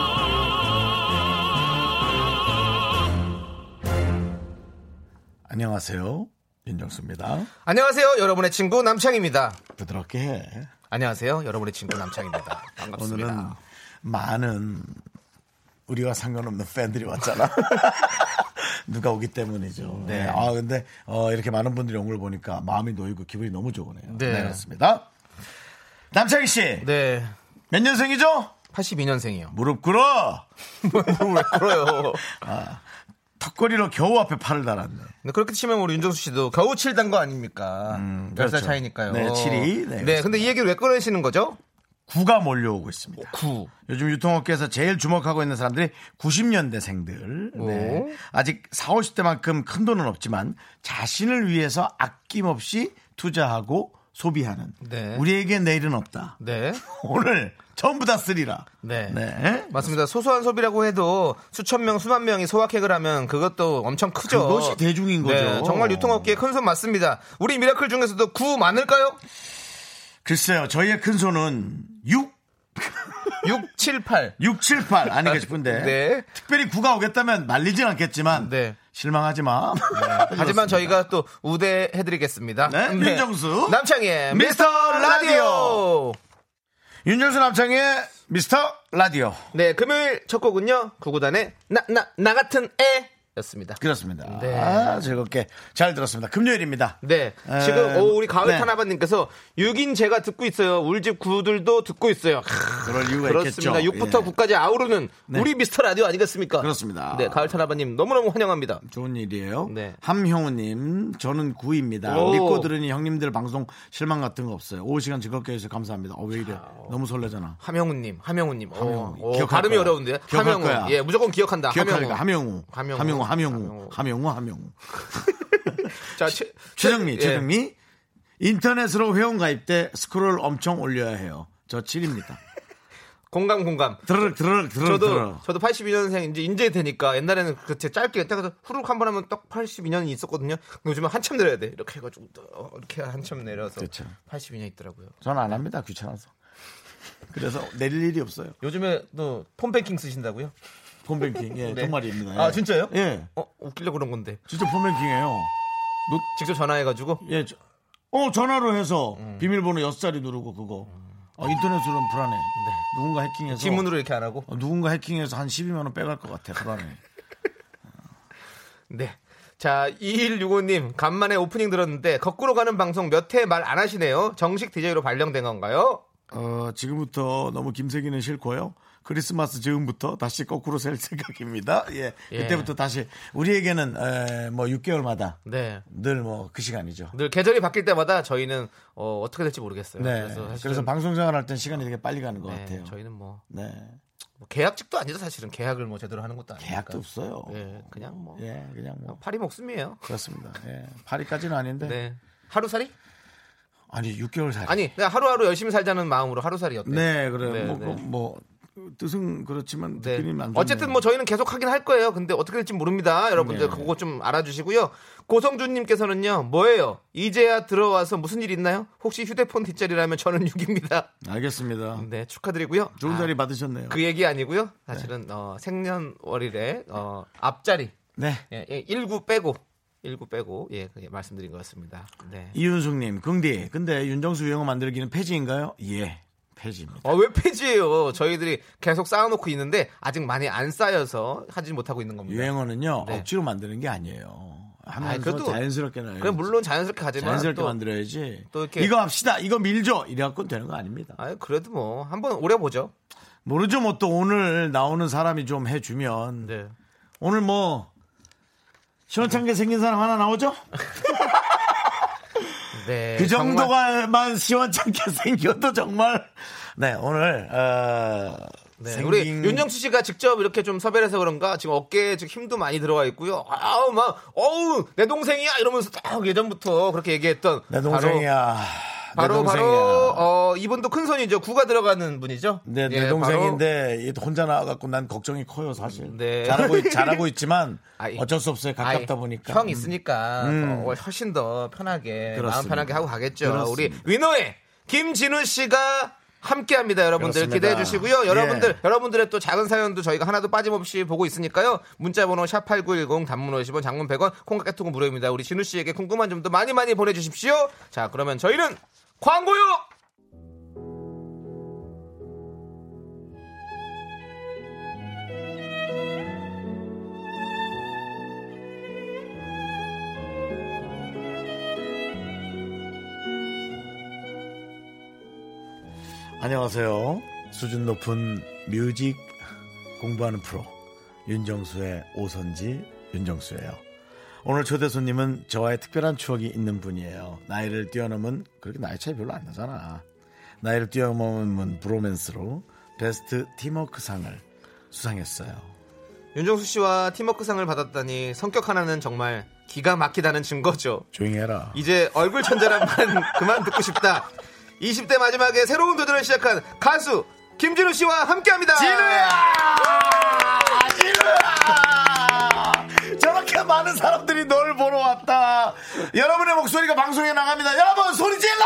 안녕하세요. 윤정수입니다. 안녕하세요, 여러분의 친구 남창입니다. 부드럽게 해. 안녕하세요, 여러분의 친구 남창입니다. 반갑습니다. 오늘은 많은 우리와 상관없는 팬들이 왔잖아. 누가 오기 음, 때문이죠. 네. 아 근데 어, 이렇게 많은 분들이 온 걸 보니까 마음이 놓이고 기분이 너무 좋으네요. 네, 네. 그렇습니다. 남창희 씨, 네, 몇 년생이죠? 82년생이요. 무릎 꿇어. 왜 그래요? 턱걸이로 겨우 앞에 팔을 달았네. 근데 그렇게 치면 우리 윤정수 씨도 겨우 7단 거 아닙니까? 열 그렇죠. 살 차이니까요. 네, 칠이. 네, 네, 그렇습니다. 근데 이 얘기를 왜 꺼내시는 거죠? 구가 몰려오고 있습니다. 구. 요즘 유통업계에서 제일 주목하고 있는 사람들이 90년대생들. 네. 아직 40, 50대만큼 큰 돈은 없지만 자신을 위해서 아낌없이 투자하고 소비하는 네. 우리에게 내일은 없다. 네. 오늘 전부 다 쓰리라. 네. 맞습니다. 소소한 소비라고 해도 수천 명, 수만 명이 소확행을 하면 그것도 엄청 크죠. 그것이 대중인 거죠. 네, 정말 유통업계의 큰 손 맞습니다. 우리 미라클 중에서도 구 많을까요? 글쎄요. 저희의 큰 손은 6 6, 7, 8. 6, 7, 8 아닌가 싶은데 네. 특별히 구가 오겠다면 말리진 않겠지만 네. 실망하지 마. 하지만 저희가 또 우대해드리겠습니다. 네, 윤정수. 남창희의 미스터 미스터 라디오. 라디오. 윤정수 남창의 미스터 라디오 네, 금요일 첫 곡은요. 구구단의 나, 나, 나 같은 애 였습니다. 그렇습니다. 네. 아, 즐겁게 잘 들었습니다. 금요일입니다. 네. 에, 지금, 오, 우리 네. 가을 타나바님께서 6인 제가 듣고 있어요. 울집 구들도 듣고 있어요. 크, 그럴 이유가 그렇습니다. 있겠죠. 6부터 예. 9까지 아우르는 네. 우리 미스터 라디오 아니겠습니까? 그렇습니다. 네, 가을 타나바님 너무너무 환영합니다. 좋은 일이에요. 네. 함형우님, 저는 구입니다. 오. 믿고 들으니 형님들 방송 실망 같은 거 없어요. 오후 시간 즐겁게 해주셔서 감사합니다. 어, 왜 이래? 너무 설레잖아. 함영우님, 함영우님. 함영우. 오, 오, 기억할 발음이 거야. 어려운데요? 기억할 거야. 예, 무조건 기억한다. 기억하니까 함영우. 함영우, 함영우. 함영우. 함영우. 함영우, 함영우. 자, 최, 최정미, 예. 최정미. 인터넷으로 회원 가입 때 스크롤 엄청 올려야 해요. 저 7입니다. 예, 공감, 공감. 드르륵, 드르륵, 드르륵, 저도 드르륵. 저도 82년생 이제 인제 되니까 옛날에는 그때 짧게 딱 후룩 한 번 하면 딱 82년이 있었거든요. 근데 요즘은 한참 내려야 돼. 이렇게 해가지고 또 이렇게 한참 내려서 그렇죠. 82년 있더라고요. 전 안 합니다. 귀찮아서. 그래서 내릴 일이 없어요. 요즘에 또 폰뱅킹 쓰신다고요? 폰뱅킹. 예, 네. 정말입니다. 예. 아 진짜요? 예. 어 웃기려 고 그런 건데 진짜 폰뱅킹이에요. 뭐? 직접 전화해가지고 예. 저- 어, 전화로 해서 비밀번호 엿 자리 누르고 그거. 어, 인터넷으로는 불안해. 누군가 해킹해서. 지문으로 이렇게 안 하고 어, 누군가 해킹해서 한 12만원 빼갈 것 같아. 불안해. 네. 자, 2165님, 간만에 오프닝 들었는데, 거꾸로 가는 방송 몇 회 말 안 하시네요? 정식 DJ로 발령된 건가요? 어, 지금부터 너무 김세기는 싫고요. 크리스마스 즈음부터 다시 거꾸로 셀 생각입니다. 예. 예. 그때부터 다시 우리에게는 에, 뭐 6개월마다 네. 늘 뭐 그 시간이죠. 늘 계절이 바뀔 때마다 저희는, 어, 어떻게 될지 모르겠어요. 네. 그래서, 그래서, 사실은- 방송 생활할 땐 시간이 되게 빨리 가는 것 네, 같아요. 저희는 뭐, 네. 뭐 계약직도 아니죠 사실은 계약을 뭐 제대로 하는 것도 아니고 계약도 없어요. 예, 그냥 뭐 예, 그냥 뭐 팔이 목숨이에요. 그렇습니다. 예. 파리까지는 아닌데. 네. 하루살이? 아니, 6개월 살. 아니 그냥 하루하루 열심히 살자는 마음으로 하루살이 어때요? 네, 그래요. 네, 뭐, 네. 그거 뭐 뜻은 그렇지만 네. 느낌이 안 좋네요. 어쨌든 뭐 저희는 계속 하긴 할 거예요. 근데 어떻게 될지 모릅니다. 여러분들 네. 그거 좀 알아주시고요. 고성준님께서는요, 뭐예요? 이제야 들어와서 무슨 일 있나요? 혹시 휴대폰 뒷자리라면 저는 6입니다. 알겠습니다. 네, 축하드리고요. 좋은 아, 자리 받으셨네요. 그 얘기 아니고요. 사실은 어, 생년월일에 어, 앞자리 네. 예, 예, 19 빼고 19 빼고 예, 그게 말씀드린 거였습니다. 네. 이윤숙 님, 긍디. 근데 윤정수 유형을 만들기는 폐지인가요? 예. 폐지입니다. 어, 왜 폐지예요? 저희들이 계속 쌓아놓고 있는데 아직 많이 안 쌓여서 하지 못하고 있는 예. 겁니다. 유행어는요. 네. 억지로 만드는 게 아니에요. 하면서 아이, 그래도- 자연스럽게 나요. 그럼 물론 자연스럽게 가지만 자연스럽게 또- 만들어야지. 또 이렇게- 이거 합시다. 이거 밀죠. 이래갖고 되는 거 아닙니다. 아이, 그래도 뭐 한번 오래 보죠. 모르죠. 뭐 또 오늘 나오는 사람이 좀 해주면 네. 오늘 뭐 시원찮게 생긴 사람 하나 나오죠? 네, 그 정도가만 시원찮게 생겨도 정말 네 오늘 네, 어, 네, 생긴- 우리 윤정수 씨가 직접 이렇게 좀 섭외를 해서 그런가 지금 어깨에 지금 힘도 많이 들어가 있고요. 아우 막 어우 내 동생이야 이러면서 딱 예전부터 그렇게 얘기했던 내 동생이야. 바로 바로, 아, 내 동생이야. 바로 어, 이분도 큰 손이죠. 구가 들어가는 분이죠. 네, 예, 내 바로- 동생인데 얘도 혼자 나와갖고 난 걱정이 커요 사실. 네. 잘하고 있- 잘하고 있지만 아이, 어쩔 수 없어요 가깝다 아이, 보니까. 음. 형 있으니까 어, 훨씬 더 편하게 마음 그렇습니다. 편하게 하고 가겠죠. 우리 그렇습니다. 위너의 김진우 씨가 함께합니다. 여러분들 그렇습니다. 기대해 주시고요. 예. 여러분들 여러분들의 또 작은 사연도 저희가 하나도 빠짐없이 보고 있으니까요. 문자번호 샵 #8910 단문 50원, 장문 100원, 콩깍개통은 무료입니다. 우리 진우 씨에게 궁금한 점도 많이 많이 보내주십시오. 자, 그러면 저희는 광고요. 안녕하세요. 수준 높은 뮤직 공부하는 프로 윤정수의 오선지 윤정수예요. 오늘 초대 손님은 저와의 특별한 추억이 있는 분이에요. 나이를 뛰어넘은 그렇게 나이 차이 별로 안 나잖아. 나이를 뛰어넘은 브로맨스로 베스트 팀워크상을 수상했어요. 윤종수 씨와 팀워크상을 받았다니 성격 하나는 정말 기가 막히다는 증거죠. 조용히 해라. 이제 얼굴 천재란 말 그만 듣고 싶다. 20대 마지막에 새로운 도전을 시작한 가수 김진우 씨와 함께합니다. 진우야! 저렇게 많은 사람들이 널 보러 왔다. 여러분의 목소리가 방송에 나갑니다. 여러분 소리 질러!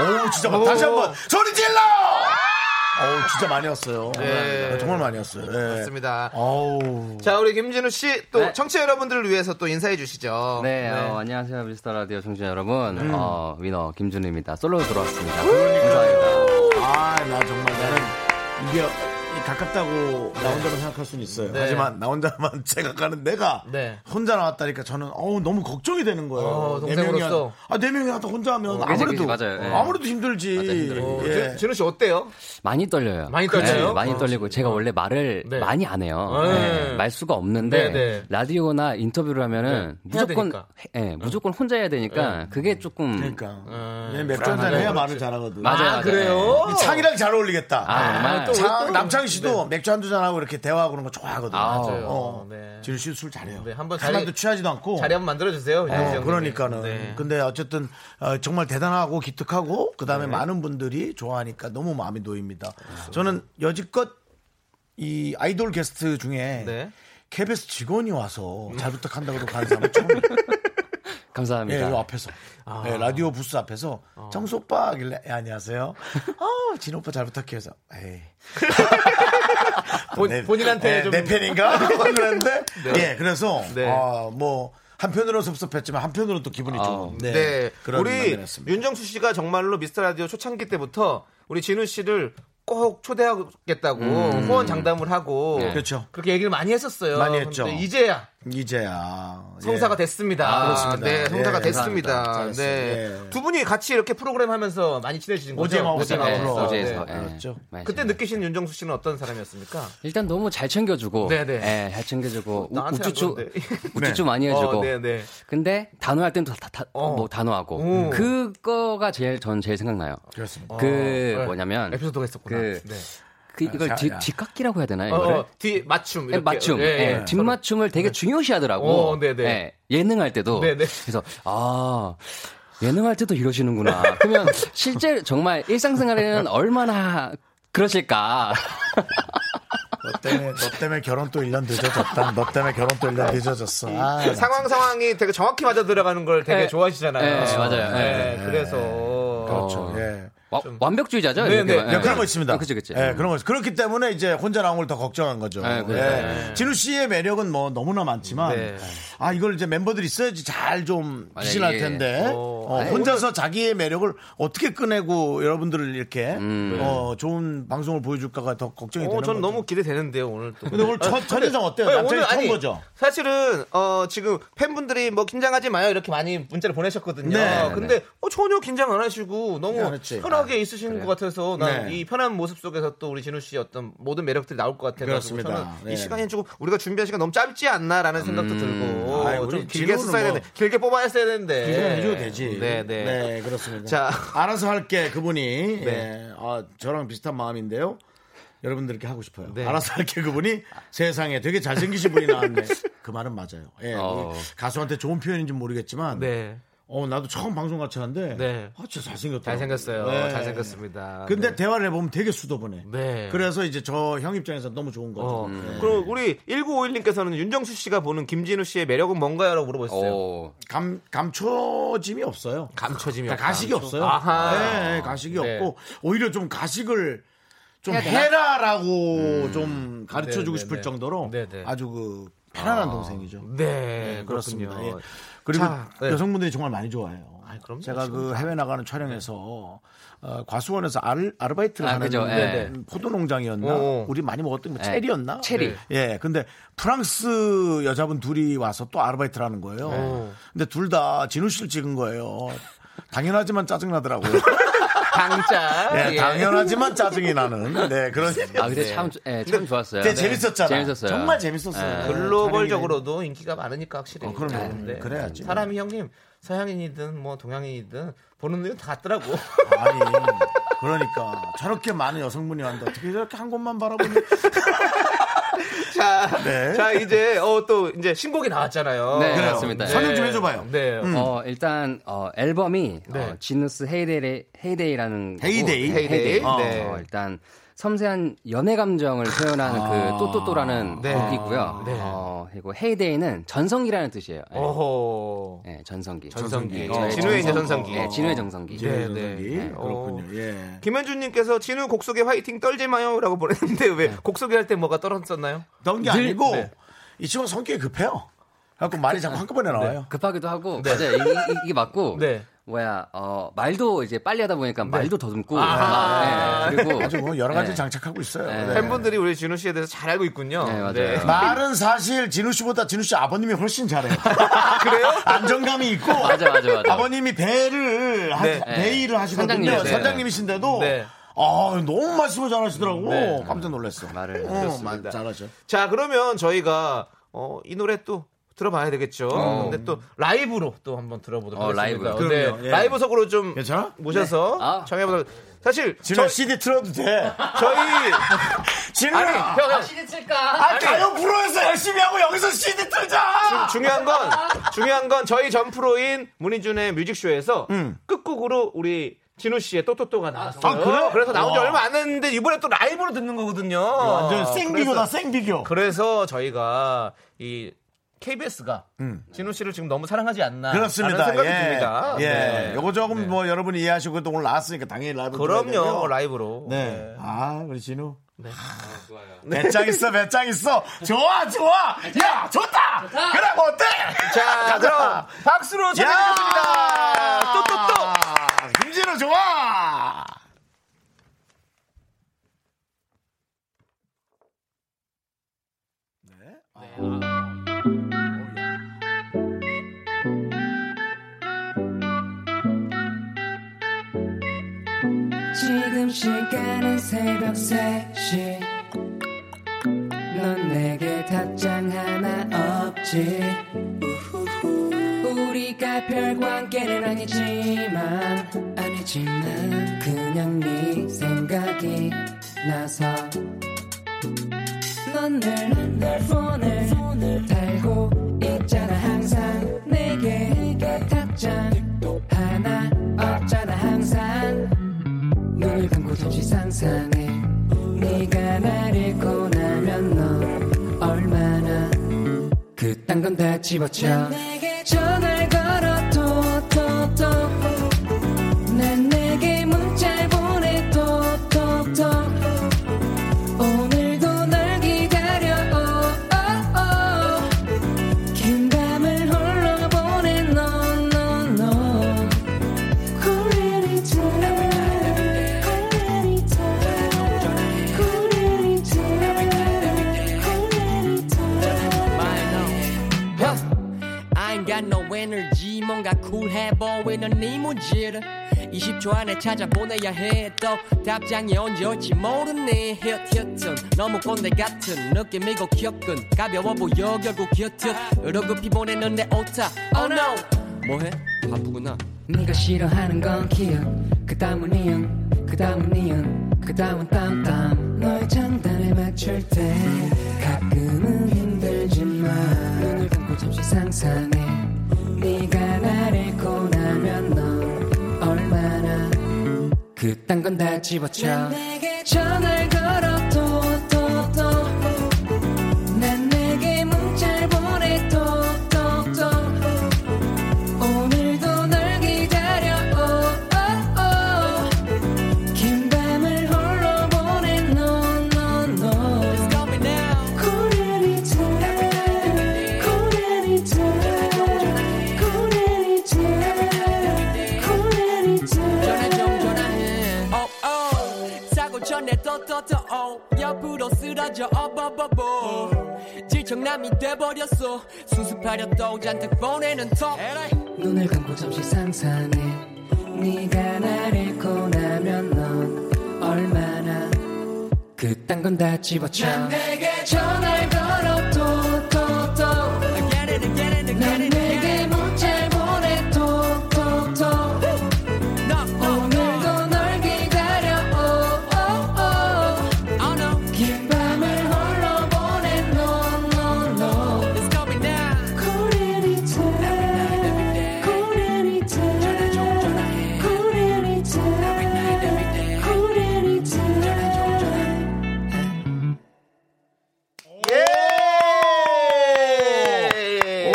오 진짜 많- 오. 다시 한번 소리 질러! 오 진짜 많이 왔어요. 네. 정말 많이 왔어요. 예. 맞습니다. 어우. 자 우리 김진우 씨 또 네. 청취자 여러분들을 위해서 또 인사해 주시죠. 네, 어, 안녕하세요 미스터 라디오 청취자 여러분. 음. 어, 위너 김준우입니다. 솔로로 들어왔습니다. 아나 정말 나는 이게 가깝다고 네. 나 혼자만 생각할 수는 있어요. 하지만 나 혼자만 생각하는 내가 네. 혼자 나왔다니까 저는 어우 너무 걱정이 되는 거예요. 어, 네 동생으로서. 명이 한- 아, 네 명이 하다 혼자 하면 그치, 아무래도 그치, 맞아요. 예. 무래도 힘들지. 힘들어요. 어, 예. 진- 진우 씨 어때요? 많이 떨려요. 많이 떨려요? 네, 많이 떨리고 제가 원래 말을 네. 많이 안 해요. 네. 네, 말 수가 없는데 네, 네. 라디오나 인터뷰를 하면은 네, 해야 무조건 되니까. 네. 해- 예, 무조건 혼자 해야 되니까 그게 조금 그러니까 음, 얘 맥주 한잔 해야 말을 잘하거든. 맞아요. 네, 아, 그래요? 이 창이랑 잘 어울리겠다. 아, 정말. 또 자, 남창희 씨도 네. 맥주 한두 잔 하고 이렇게 대화하고 그런 거 좋아하거든요. 아, 맞아요. 어. 네. 진우 씨도 술 잘해요. 네, 한번 하나도 자리- 취하지도 않고. 자리 한번 만들어 주세요. 어, 그러니까는. 근데 어쨌든 어, 정말 대단하고 기특하고 그다음에 많은 분들이 좋아하니까 너무 마음이 놓입니다. 저는 여지껏 이 아이돌 게스트 중에 네. KBS 직원이 와서 잘 부탁한다고도 간 사람 처음이에요. 예, 감사합니다. 요 앞에서. 아. 예, 라디오 부스 앞에서 어. 정수 오빠 하길래 예, 안녕하세요. 어, 진 오빠 잘 부탁해요. 해서 에이. 본- 본인한테 예, 좀- 내 팬인가? 그랬는데 예, 그래서 네. 아, 뭐 한편으로는 섭섭했지만 한편으로는 또 기분이 좋은 네. 그런 우리 만남이었습니다. 윤정수 씨가 정말로 미스터 라디오 초창기 때부터 우리 진우 씨를 꼭 초대하겠다고 후원 장담을 하고 네. 그렇죠. 그렇게 얘기를 많이 했었어요. 음. 많이 했죠. 근데 이제야 이제야 예. 성사가 됐습니다. 그렇습니다. 네, 성사가 예, 감사합니다. 됐습니다. 잘했어요. 네. 예. 두 분이 같이 이렇게 프로그램 하면서 많이 친해지신 거죠? 오징어, 오징어, 네. 오징어. 어제에서 네. 예, 그렇죠. 맞아요. 그때 느끼신 윤정수 씨는 어떤 사람이었습니까? 일단 너무 잘 챙겨주고, 네, 네. 예, 잘 챙겨주고 우- 나한테 우쭈쭈 안 그러는데. 우쭈쭈 많이 해주고. 어, 네, 네. 근데 단호할 땐 또 다, 다- 어. 뭐 단호하고 음. 그거가 제일 전 제일 생각나요. 그렇습니다. 어, 그 네. 뭐냐면 에피소드가 있었구나. 그- 네. 그 이걸 자, 뒤, 야. 뒷깎이라고 해야 되나요? 어, 이거를? 어, 뒤 맞춤 이렇게. 맞춤. 예, 예. 예, 뒷맞춤을 되게 중요시하더라고. 어, 네네. 예, 능할 때도. 네네. 그래서 아 예능할 때도 이러시는구나. 그러면 실제 정말 일상생활에는 얼마나 그러실까? 너 때문에 너 때문에 결혼 또 1년 늦어졌다. 너 때문에 결혼 또 1년 늦어졌어. 아, 나 상황 상황이 되게 정확히 맞아 들어가는 걸 되게 네. 좋아하시잖아요. 네, 맞아요. 네, 그래서 어, 그렇죠. 예. 와- 완벽주의자죠. 네, 이렇게. 네. 예. 예, 그런 거 있습니다. 그치 음. 그치. 예, 그런 거 있- 그렇기 때문에 이제 혼자 나온 걸 더 걱정한 거죠. 예, 그렇죠. 예. 진우 씨의 매력은 뭐 너무나 많지만 네. 아 이걸 이제 멤버들이 있어야지 잘 좀 아니, 비신할 이게- 텐데 어, 어, 아니, 혼자서 자기의 매력을 어떻게 꺼내고 여러분들을 이렇게 음. 어, 좋은 방송을 보여줄까가 더 걱정이 되는 어, 거죠. 저는 너무 기대되는데요 오늘 또. 근데 오늘 첫- 아니, 첫 근데- 인상 어때요? 아니, 남자의 오늘 처음 아니, 거죠? 사실은 어, 지금 팬분들이 뭐 긴장하지 마요 이렇게 많이 문자를 보내셨거든요. 네, 네. 근데 어, 전혀 긴장 안 하시고 너무 안 했지. 아, 편하게 있으신 것 같아서 난 네. 이 편한 모습 속에서 또 우리 진우 씨 어떤 모든 매력들이 나올 것 같아서 그렇습니다. 저는 네. 음, 이 시간이 조금 우리가 준비한 시간 너무 짧지 않나라는 생각도 들고 아이, 좀 우리 길게 진우는 써야 뭐- 되는데 길게 뽑아야 써야 되는데 네. 해줘도 되지. 네, 네. 그렇습니다. 자. 네. 알아서 할게 그분이 예, 아, 저랑 비슷한 마음인데요. 여러분들께 하고 싶어요. 네. 알아서 할게 그분이 세상에 되게 잘생기신 분이 나왔네. 그 말은 맞아요. 예, 어. 가수한테 좋은 표현인지 는 모르겠지만, 네. 어 나도 처음 방송 같이 하는데, 네. 아 진짜 잘생겼다. 잘생겼어요. 네. 잘생겼습니다. 근데 네. 대화를 해보면 되게 수도분해. 네. 그래서 이제 저 형 입장에서 너무 좋은 거죠. 네. 어. 그럼 우리 1951님께서는 윤정수 씨가 보는 김진우 씨의 매력은 뭔가요라고 물어보셨어요. 오, 감 감초짐이 없어요. 감춰짐이 그러니까 가식이 없어요. 아하. 네, 가식이 네. 없고 오히려 좀 가식을 좀 해야 되나? 해라라고 좀 가르쳐 네, 주고 네, 싶을 네. 정도로 네, 네. 아주 그 편안한 동생이죠. 네, 네, 그렇군요. 그렇습니다. 예. 그리고 자, 네. 여성분들이 정말 많이 좋아해요. 그럼요. 제가 그 해외 나가는 촬영에서 어, 과수원에서 아르, 아르바이트를 아, 하는 그죠. 예. 음, 포도 농장이었나? 오. 우리 많이 먹었던 거 예. 체리였나? 체리. 네. 예, 근데 프랑스 여자분 둘이 와서 또 아르바이트를 하는 거예요. 근데 둘 다 진우 씨를 찍은 거예요. 당연하지만 짜증나더라고요. 당장. 예, 예. 당연하지만 짜증이 나는. 네, 그런. 아 근데 참, 예, 참 좋았어요. 근데 네. 재밌었잖아. 재밌었어요. 정말 예. 재밌었어요. 네, 글로벌적으로도 아, 인기가 많으니까 확실히. 예, 어, 그럼요. 네. 그래야지. 사람이 형님 서양인이든 뭐 동양인이든 보는 눈이 다 같더라고. 아니, 그러니까 저렇게 많은 여성분이 왔는데 어떻게 저렇게 한 곳만 바라보니? 자, 네. 자 이제 어, 또 이제 신곡이 나왔잖아요. 네, 그래요. 맞습니다. 네. 설명 좀 해줘봐요. 음. 네. 어, 일단 어, 앨범이 네. 어, 지누스 헤이데이 헤이데이라는 거고, 헤이데이? 네, 헤이데이. 헤이데이. 네. 어, 일단 섬세한 연애 감정을 표현하는 그 또또또라는 네. 곡이고요. 네. 어. 어, 그리고 헤이데이는 전성기라는 뜻이에요. 네. 어허. 네, 전성기. 전성기. 네, 저의 진우의 이제 전성- 전성기. 네, 진우의 전성기. 네, 네, 네. 네. 어. 그렇군요. 예. 김현주님께서 진우 곡 소개 화이팅 떨지 마요라고 보냈는데 왜 네. 곡 소개할 때 뭐가 떨어졌나요? 나온 게 늘- 아니고 네. 이 친구 가 성격이 급해요. 그래갖고 말이 자꾸 한꺼번에 나와요. 급하기도 하고 맞아요. 이, 게 맞고 네. 뭐야 어, 말도 이제 빨리 하다 보니까 말도 더듬고 아하. 막, 네, 그리고 아주 뭐 여러 가지 네. 장착하고 있어요. 네. 네. 팬분들이 우리 진우 씨에 대해서 잘 알고 있군요. 네, 맞아요. 말은 사실 진우 씨보다 진우 씨 아버님이 훨씬 잘해요. 그래요? 안정감이 있고 맞아 맞아 맞아. 버님이 배를 하, 네. 배 일을 하시거든요. 선장님이세요. 선장님이신데도 네. 아 너무 말씀을 잘하시더라고. 네. 깜짝 놀랐어. 말을 어, 말 잘하죠. 자, 그러면 저희가 어, 이 노래 또 들어봐야 되겠죠. 근데 또 라이브로 또 한번 들어보도록 어, 하겠습니다. 라이브요? 네, 그럼요. 예. 라이브석으로 좀 괜찮아? 모셔서 네. 아. 정해보도록. 사실 진우 저, CD 틀어도 돼. 저희 진우야. 아니 아 형, 형 가요 프로에서 열심히 하고 여기서 CD 틀자. 중요한 건 중요한 건 저희 전 프로인 문희준의 뮤직쇼에서 끝곡으로 우리 진우 씨의 또또또가 나왔어요. 음. 아, 그래요? 래서 나온 지 와. 얼마 안 됐는데 이번에 또 라이브로 듣는 거거든요. 완전 아. 생비교다 그래서- 생비교. 그래서 저희가 이 KBS가 진우 씨를 지금 너무 사랑하지 않나 음. 그렇습니다. 라는 생각이 예. 듭니다. 예. 네. 요거 조금 네. 뭐 여러분이 이해하시고 또 오늘 나왔으니까 당연히 라이브 들어야 그럼요 되고요. 라이브로. 네. 네. 아, 우리 진우. 네. 배짱 있어, 배짱 있어. 좋아, 좋아. 야, 좋다. 그래, 뭐 어때? 자 그럼 박수로 전해드리겠습니다. 또또또. 또. 김진우 좋아. 지금 시간은 새벽 3시 넌 내게 답장 하나 없지 우리가 별관계는 아니지만 아니지만 그냥 네 생각이 나서 넌늘날 폰을 달고 있잖아 항상 내게 답장 하나 없잖아 항상 눈을 감고 잠시 상상해 네가 날 잃고 나면 넌 얼마나 그딴 건 다 집어쳐 내게 전화를 걸어 또또또 난 내게 문자를 보내 또또또 오늘도 널 기다려 오오오 긴 밤을 홀로 보낸 너너너 I ain't got no energy 뭔가 쿨해 보이는 네 문제를 20초 안에 찾아보내야 해또 답장이 언제 올지 모르네 혀혀튼 너무 꼰대 같은 느낌이고 귀엽군 가벼워 보여 결국 곁은 으로급히 보내는 내 오타 Oh no 뭐해? 바쁘구나 네가 싫어하는 건 기억 그 다음은 이응 그 다음은 이응 그 다음은 땀땀 너의 장단에 맞출 때 가끔은 힘들지만 눈을 감고 잠시 상상해 네가 날 잃고 나면 넌 얼마나 그딴 건 다 집어쳐 내게 전화를 걸어도 또또난 내게 문자를 보내 또또또 오늘도 널 기다려 오오오 긴 밤을 홀로 보낸 너너너 고래리 차 고래리 차 고래리 차 고래리 전화 좀 차 전화해 오오 사고 전에 또또또 오 옆으로 쓰러져 Oh, 어버버버 질척남이 돼버렸어 수습하려던 잔뜩 보내는 톡 눈을 감고 잠시 상상해 네가 날 잃고 나면 넌 얼마나 그딴 건 다 집어쳐 난 내게 전화를 걸어도 또또 Get it, get it, 난 get it, get it 내게 문자를 보내도 또또 No, no, no 오늘도 널 기다려 오오오 Oh no, 긴 밤을 홀로 보낸 너너너 it's coming down 고래리 차 고래리 차 고래리 차 고래리 차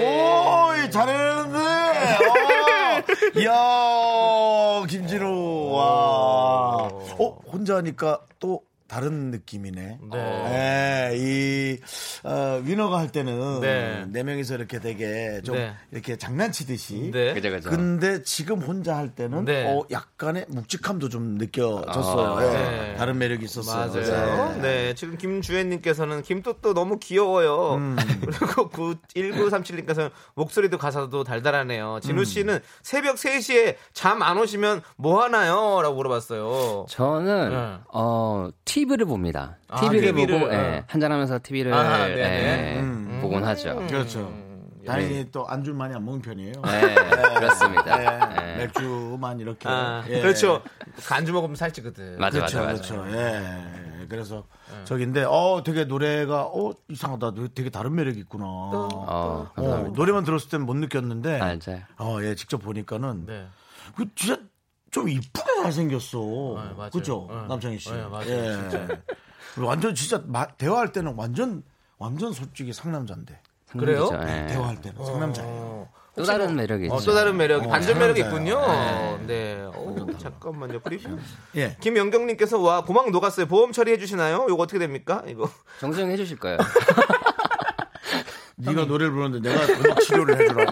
오이 잘했는데. 어. 야 김진우 와. 어 혼자 하니까 또 다른 느낌이네. 네. 이 어, 위너가 할 때는 네. 네. 명이서 이렇게 되게 좀 네. 이렇게 장난치듯이. 네. 그죠 그죠. 근데 지금 혼자 할 때는 네. 어, 약간의 묵직함도 좀 느껴졌어요. 아, 예. 네. 다른 매력이 있었어요. 맞아요. 네. 네. 지금 김주혜님께서는 김또또 너무 귀여워요. 음. 그리고 9, 1937님께서는 목소리도 가사도 달달하네요. 음. 진우 씨는 새벽 3시에 잠 안 오시면 뭐 하나요? 라고 물어봤어요. 저는 네. 어 TV를 봅니다. 아, TV를 TV를, 보고 어. 예, 한잔하면서 TV를 예, 아, 네, 음. 네. 보곤 하죠. 그렇죠. 다행히 또 안주 많이 안 먹는 편이에요. 네, 그렇죠. 네. 그렇습니다. 예, 예. 맥주만 이렇게. 아, 예. 그렇죠. 간주 먹으면 살찌거든. 맞아 그렇죠, 맞아 맞아. 그렇죠. 예. 그래서 저기인데, 어, 되게 노래가, 어, 이상하다. 되게 다른 매력이 있구나. 어, 어, 감사합니다. 노래만 들었을 땐 못 느꼈는데, 맞아요. 어, 예, 직접 보니까는, 네. 그 진짜 좀 이쁘게 잘생겼어. 맞아요. 그죠? 어. 네. 남창희 씨. 예, 네, 맞아요, 그리고 완전 진짜 마- 대화할 때는 완전, 완전 솔직히 상남자인데. 그래요? 네. 상남자죠. 예. 대화할 때는 상남자예요. 또 다른 매력이 있죠. 어, 또 다른 매력이, 어, 반전 매력이 잘한다요. 있군요. 네. 오, 잠깐만요. 그리고 예. 김영경님께서 와, 고막 녹았어요. 보험 처리해주시나요? 이거 어떻게 됩니까? 이거. 정수영 해주실 거예요. 네가 노래를 부르는데 내가 음악 치료를 해주라고.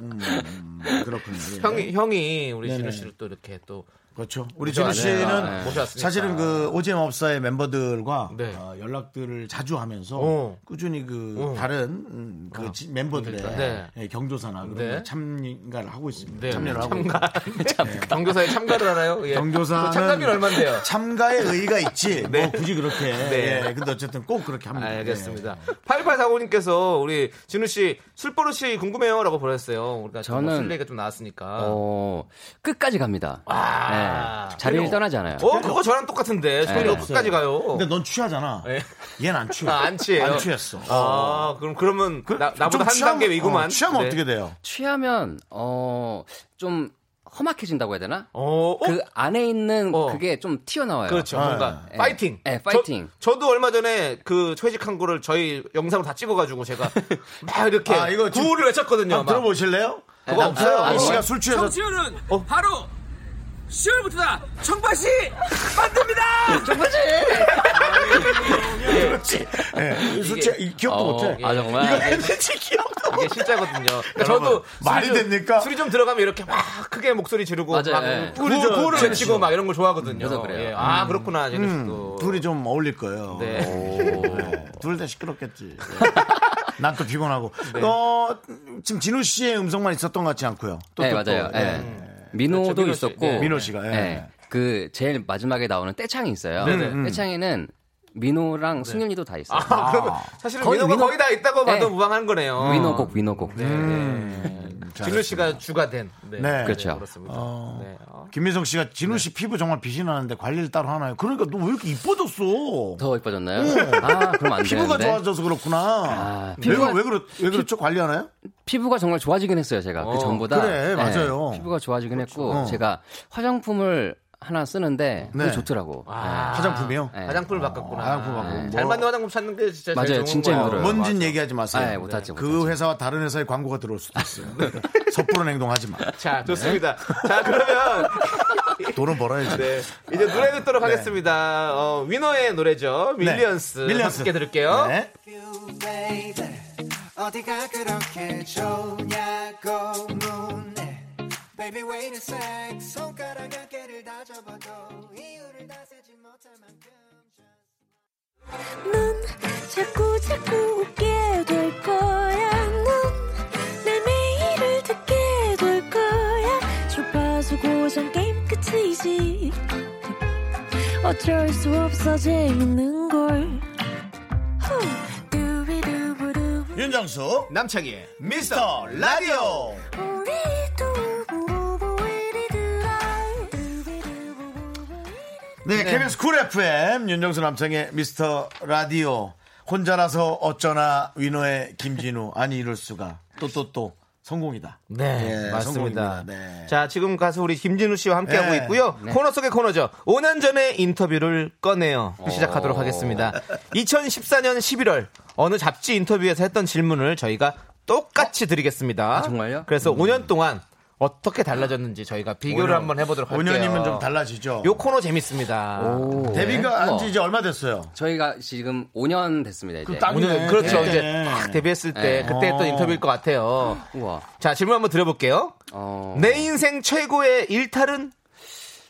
음, 음, 그렇군요. 예. 형이, 형이 우리 네네. 진우 씨를 또 이렇게 또 그렇죠. 우리 그죠, 진우 맞아요. 씨는 네. 모셨으니까. 사실은 그 오지엠 업사의 멤버들과 네. 어, 연락들을 자주 하면서 어. 꾸준히 그 어. 아, 다른 음, 그 지- 멤버들의 네. 예, 경조사나 그런 네. 거 참가를 하고 있습니다. 네, 참여를 하고 참가. 있습니다. 경조사에 참가를 하나요? 예. 경조사는 그 참가비는 얼마인데요? 참가의 의의가 있지. 네. 뭐 굳이 그렇게. 네. 아, 예, 근데 어쨌든 꼭 그렇게 합니다. 예. 알겠습니다. 네. 8845님께서 우리 진우 씨 술버릇이 궁금해요라고 보냈어요. 우리가 저는 저는- 술 얘기가 좀 나왔으니까. 어, 어, 끝까지 갑니다. 아. 네. 예. 자리를 떠나잖아요. 어, 그거 저랑 똑같은데 술로 네. 끝까지 가요. 근데 넌 취하잖아. 예. 얘는 안 취해. 아, 안 취해요. 안 취했어. 아, 그럼 그러면 그- 나, 좀 나보다 한 취하면- 단계 위구만. 어, 취하면 네. 어떻게 돼요? 취하면 어, 좀 험악해진다고 해야 되나? 어, 어? 그 안에 있는 어. 그게 좀 튀어나와요. 그렇죠. 아, 뭔가 예. 파이팅. 예, 파이팅. 저, 도 얼마 전에 그 퇴직한 거를 저희 영상으로 다 찍어가지고 제가 막 이렇게 아, 이거 지금 구호를 외쳤거든요. 한번 막. 들어보실래요? 그거 남- 없어요. 아, 아저씨가 술 취해서 정치율은 바로 10월부터다 청바시 만듭니다. 그렇지. 예. 술 취해 이 기억도 어, 못해. 아, 정말? 이거 했는지 기억도 이게 실제거든요. 아, 여러분, 그러니까 저도 말이 술이 좀- 됩니까? 술이 좀 들어가면 이렇게 막 크게 목소리 지르고 맞아요, 막 예. 구호를, 구호를 구호를 외치고. 외치고 막 이런 걸 좋아하거든요. 그래서 그래요. 음. 예. 아 그렇구나 제가 도 음, 둘이 좀 어울릴 거예요. 어. 네. 둘 다 시끄럽겠지. 난 또 피곤하고. 네. 어, 지금 진우 씨의 음성만 있었던 것 같지 않고요. 또, 네, 또, 또. 맞아요. 예. 예. 민호도 그렇죠, 민호 씨. 있었고 네. 민호 씨가, 예. 네, 예. 그 제일 마지막에 나오는 떼창이 있어요. 떼창에는 민호랑 승윤이도 다 있어요. 아, 그러면 사실은 거의 민호가 민호- 거의 다 있다고 봐도 네. 음. 무방한 거네요. 네. 위너곡, 위너곡. 진우 씨가 주가 된. 네. 네. 그렇죠. 그렇습니다. 어. 네. 어. 김민성 씨가 진우 네. 씨 피부 정말 빛이 나는데 관리를 따로 하나요? 그러니까 너 왜 이렇게 이뻐졌어? 더 이뻐졌나요? 아, 그럼 안 네. 피부가 되는데. 좋아져서 그렇구나. 아, 왜, 피부가- 왜, 그렇, 왜 그렇죠? 관리하나요? 피부가 정말 좋아지긴 했어요, 제가. 어, 그 전보다. 그래, 맞아요. 피부가 좋아지긴 했고, 어. 제가 화장품을 하나 쓰는데, 네. 그게 좋더라고. 화장품이요? 네. 화장품을 바꿨구나. 네. 화장품 바꾸고 잘 뭐- 맞는 화장품 찾는 게 진짜 맞아요, 제일 좋은 진짜 거예요. 힘들어요. 뭔진 얘기하지 마세요. 아, 예, 못하죠, 그 못하죠. 회사와 다른 회사의 광고가 들어올 수도 있어요. 네. 섣부른 행동하지 마. 자, 좋습니다. 자, 그러면 돈은 벌어야지. 네, 이제 노래 듣도록 하겠습니다. 어, 위너의 노래죠. 밀리언스. 네. 밀리언스. 함께 들을게요. 네. 어디가 그렇게 좋냐고 묻네 Baby wait a sec 손가락 어깨를 다져봐도 이유를 다세지 못할 만큼 넌 자꾸 자꾸 웃게 될 거야. 넌내 매일을 듣게 될 거야. 주파수 고정 게임 끝이지. 어쩔 수 없어 재밌는 걸. 후. 두비두부두. 윤정수, 남창희의 미스터 라디오. 우리 두부부부 우리들아. 두비두부부부. 네, KBS 쿨 FM 윤정수 남창의 미스터 라디오 혼자라서 어쩌나 위너의 김진우 아니 이럴 수가 또 또 또 성공이다. 네, 예, 맞습니다. 성공입니다. 네. 자, 지금 가수 우리 김진우 씨와 함께하고 네. 있고요. 코너 속의 코너죠. 5년 전에 인터뷰를 꺼내요. 어. 시작하도록 하겠습니다. 2014년 11월 어느 잡지 인터뷰에서 했던 질문을 저희가 똑같이 드리겠습니다. 아, 정말요? 그래서 음. 5년 동안 어떻게 달라졌는지 저희가 비교를 한번 해보도록 할게요. 5년이면 좀 달라지죠. 요 코너 재밌습니다. 오. 데뷔가 네. 한 우와. 지 이제 얼마 됐어요? 네, 저희가 지금 5년 됐습니다, 이제. 딱- 5년, 그렇죠. 네. 이제 딱 데뷔했을 때 네. 그때 했던 어. 인터뷰일 것 같아요. 우와. 자, 질문 한번 드려볼게요. 어, 내 인생 최고의 일탈은?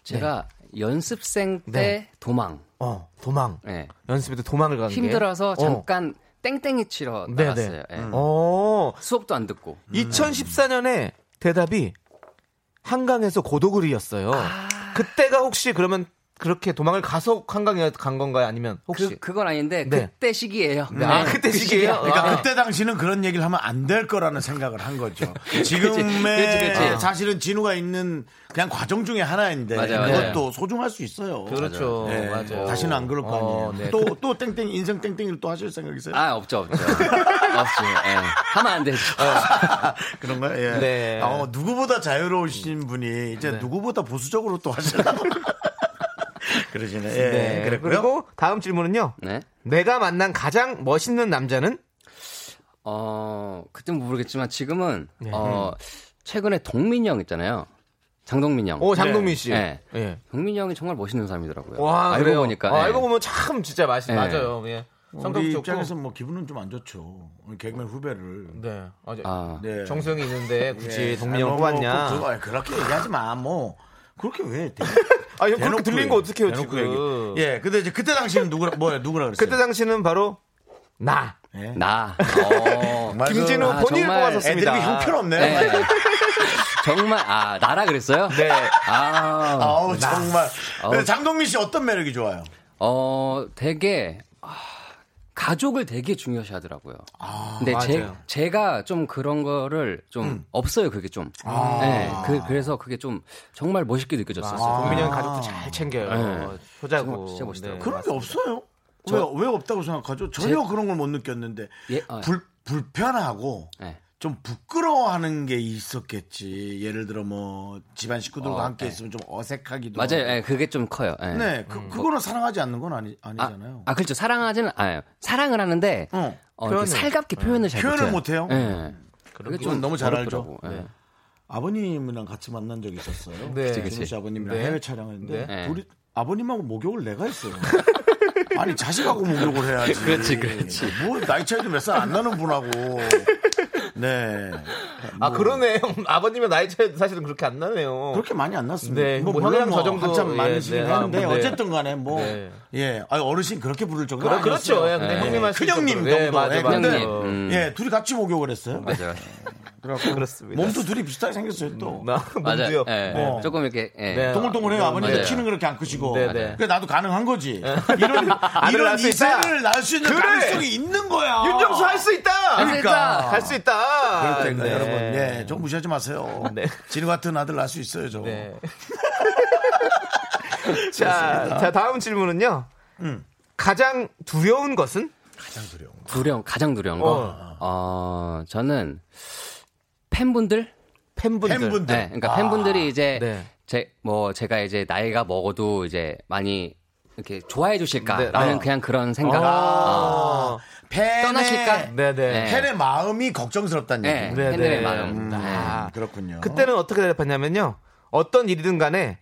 제가 연습생 때 네. 도망. 어, 도망. 예. 연습에도 도망을 가는 힘들어서 게. 잠깐 땡땡이 치러 네네. 나갔어요. 예. 어. 어. 수업도 안 듣고. 그, 2014년에 대답이 한강에서 고도글이었어요. 아. 그때가 혹시 그러면 그렇게 도망을 가서 한강에 간 건가요? 아니면 혹시 그, 그건 아닌데, 네. 그때 시기예요 아 네. 그때 시기예요? 그러니까 아. 그때 당시는 그런 얘기를 하면 안 될 거라는 생각을 한 거죠. 지금의 아, 그치, 그치. 사실은 진우가 있는 그냥 과정 중에 하나인데 맞아요, 그것도 소중할 수 있어요. 그렇죠. 네, 맞아요. 다시는 안 그럴 거 아니에요. 어, 네. 또, 또 땡땡, 인생 땡땡이를 또 하실 생각이세요? 아, 없죠, 없죠. 없죠. 예. 하면 안 되죠. 어. 그런가요? 예. 네. 어, 누구보다 자유로우신 분이 이제 누구보다 보수적으로 또 하시려고. 그러시네. 예. 네, 그랬고요. 그리고 다음 질문은요. 네. 내가 만난 가장 멋있는 남자는? 어, 그땐 모르겠지만 지금은 네. 음. 어, 최근에 동민 형 있잖아요. 장동민 형. 오 장동민 씨. 네. 예. 동민 형이 정말 멋있는 사람이더라고요. 와 알고 그래요. 보니까. 아, 네. 알고 보면 참 진짜 맛있 네. 맞아요. 예. 성격 우리 좋고. 입장에서 뭐 기분은 좀 안 좋죠. 오늘 개그맨 후배를. 네. 아, 저- 아, 네. 정수영이 있는데 굳이 예. 동민이 아, 형 뭐, 뽑았냐? 그, 그, 그렇게 얘기하지 마. 뭐 그렇게 왜? 대- 아, 대놓고 형 그렇게 들린 거 얘기- 어떻게요 대놓고 지금? 얘기. 예, 근데 이제 그때 당시는 누구라 뭐야 누구라 그랬어요? 그때 당시는 바로 나 예. 나. 어. 정말 그- 김진우 아, 본인을 정말 애들이 뽑았었습니다. 형편없네요. 네. 정말 아, 나라 그랬어요? 네. 아. 아우 정말. 아우. 근데 장동민 씨 어떤 매력이 좋아요? 어, 되게 아, 가족을 되게 중요시 하더라고요. 근데 맞아요. 음. 제, 가좀 그런 거를 좀 없어요, 그게 좀. 아. 네, 그, 그래서 그게 좀 정말 멋있게 느껴졌었어요. 동민이 형 가족도 잘 챙겨요. 네. 효자고. 진짜 네, 멋있더라고요. 그런 게 없어요. 왜, 왜 없다고 생각하죠? 전혀 그런 걸 못 느꼈는데 예, 아, 불, 불편하고 네. 좀 부끄러워하는 게 있었겠지. 예를 들어 뭐 집안 식구들과 어, 함께 예. 네. 있으면 좀 어색하기도 맞아요. 하고. 예, 그게 좀 커요. 예. 네, 음, 그, 뭐 그거는 사랑하지 않는 건 아니, 아니잖아요. 아, 그렇죠. 사랑하지는 않아요. 사랑을 하는데 아, 어. 어, 이렇게 표현을- 살갑게 표현을 잘 표현을 못해요. 못해요? 예. 그게 그건 너무 잘 알죠. 어렵더라고. 예. 아버님이랑 같이 만난 적이 있었어요. 네. 그치, 그치. 진우 씨 아버님이랑 네. 해외 촬영했는데 네. 둘이 아버님하고 목욕을 내가 했어요. 아니 자식하고 목욕을 해야지. 그렇지, 그렇지. 뭐 나이 차이도 몇 살 안 나는 분하고. 네. 아 그러네. 형. 아버님의 나이 차이도 사실은 그렇게 안 나네요. 그렇게 많이 안 났습니다. 네, 뭐, 뭐 물론 형이랑 뭐 저 정도, 한참 예, 많으시긴 네, 아, 하는데 네. 어쨌든 간에 뭐 네. 예. 아니 어르신 그렇게 부를 정도 아, 그렇- 그렇죠. 예, 근데 형님 하실 큰형님 정도로. 예, 정도. 맞아요, 예, 근데 맞아요. 네, 음. 예, 둘이 같이 목욕을 했어요. 맞아요. 그래갖고 그렇습니다. 몸도 둘이 비슷하게 생겼어요 또. 나 맞아요. 몸도요. 예, 어. 조금 이렇게 예. 네. 동글동글해요. 아버님 맞아요. 키는 그렇게 안 크시고. 네, 네. 그러니까 나도 가능한 거지. 이런 이런 낳을 수 있다. 이세를 낳을 수 있는 그래. 가능성이 있는 거야. 윤정수 할 수 있다. 그러니까. 할 수 있다. 그러니까 네. 여러분, 예, 좀 무시하지 마세요. 네. 진우 같은 아들 낳을 수 있어요, 저. 네. 자, 자 다음 질문은요. 가장 두려운 것은? 두려운 가장 두려운 거. 어, 저는 팬분들 팬분들. 팬분들. 네, 그러니까 팬분들이 이제 네. 제 뭐 제가 이제 나이가 먹어도 이제 많이 이렇게 좋아해 네, 주실까라는 네. 그냥 그런 생각. 아, 어. 팬의, 떠나실까? 네네. 네. 팬의 마음이 걱정스럽다는 네, 얘기. 네, 팬들의 네. 마음. 네. 아, 그렇군요. 그때는 어떻게 대답했냐면요. 어떤 일이든 간에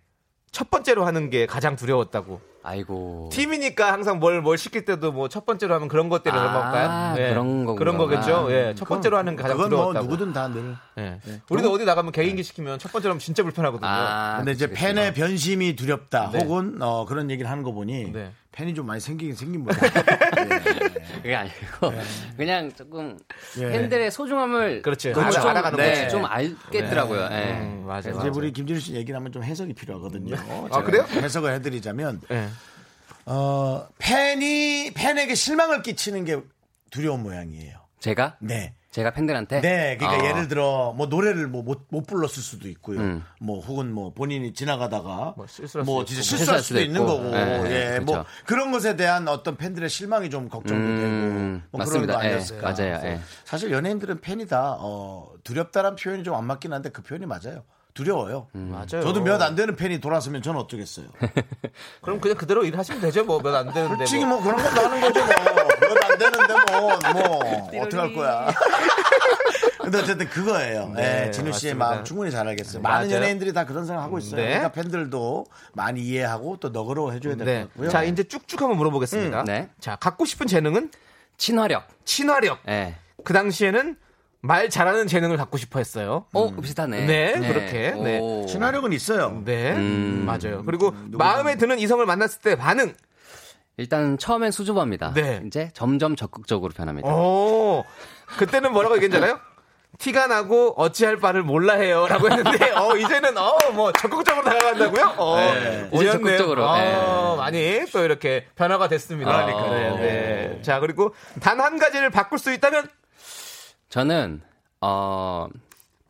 첫 번째로 하는 게 가장 두려웠다고. 아이고. 팀이니까 항상 뭘, 뭘 시킬 때도 뭐 첫 번째로 하면 그런 것들을 아, 해볼까요? 네. 그런 거구나. 그런 거겠죠. 예. 첫 번째로 하는 게 가장 그건 뭐 두려웠다고. 누구든 네. 다 늘. 예. 우리도 어디 나가면 개인기 시키면 첫 번째로 하면 진짜 불편하거든요. 아, 근데 이제 팬의 변심이 두렵다 네. 혹은 어, 그런 얘기를 하는 거 보니 네. 팬이 좀 많이 생기긴 생긴 모양. 네. 그게 아니고 그냥 조금 예. 팬들의 소중함을 그렇죠. 너무 알아- 좀, 알아가는 네, 거죠. 좀 알겠더라고요. 예. 음, 맞아요. 이제 맞아요. 우리 김진우 씨 얘기를 하면 좀 해석이 필요하거든요. 아, 그래요? 해석을 해드리자면 예. 어, 팬이 팬에게 실망을 끼치는 게 두려운 모양이에요. 제가 네. 제가 팬들한테 네, 그러니까 어. 예를 들어 뭐 노래를 뭐 못 못 불렀을 수도 있고요. 음. 뭐 혹은 뭐 본인이 지나가다가 뭐, 실수할 수도 진짜 있고. 실수할 실수할 수도 수도 있는 있고. 거고, 네, 예, 네, 그렇죠. 뭐 그런 것에 대한 어떤 팬들의 실망이 좀 걱정도 음, 되고, 뭐 그런 거 맞습니다. 예, 아니었을까? 맞아요. 예. 사실 연예인들은 팬이다. 어, 두렵다란 표현이 좀 안 맞긴 한데 그 표현이 맞아요. 두려워요. 음, 맞아요. 저도 몇 안 되는 팬이 돌아서면 저는 어쩌겠어요. 그럼 그냥 그대로 일하시면 되죠. 뭐 몇 안 되는데. 솔직히 뭐. 뭐 그런 것도 하는 거죠 몇 안 되는데 뭐뭐 어떻게 할 거야 근데 어쨌든 그거예요 네, 예, 진우 씨의 맞습니다. 마음 충분히 잘 알겠어요 많은 맞아요. 연예인들이 다 그런 생각 하고 있어요 네. 그러니까 팬들도 많이 이해하고 또 너그러워 해줘야 될 것 네. 같고요 자, 이제 쭉쭉 한번 물어보겠습니다. 음, 네. 자, 갖고 싶은 재능은 친화력. 친화력. 예. 그 당시에는 말 잘하는 재능을 갖고 싶어 했어요. 어, 비슷하네. 네, 그렇게. 네. 오. 친화력은 있어요 네. 맞아요. 그리고 마음에 드는 이성을 만났을 때 반응. 일단 처음엔 수줍어합니다. 네. 어? 이제 점점 적극적으로 변합니다. 오. 그때는 뭐라고 얘기했잖아요? 티가 나고 어찌할 바를 몰라 해요라고 했는데 어 이제는 어 뭐 적극적으로 다가간다고요? 어 네. 이제 오셨네요. 적극적으로, 어, 네. 많이 또 이렇게 변화가 됐습니다. 그러니까요. 네, 네. 자 그리고 단 한 가지를 바꿀 수 있다면 저는 어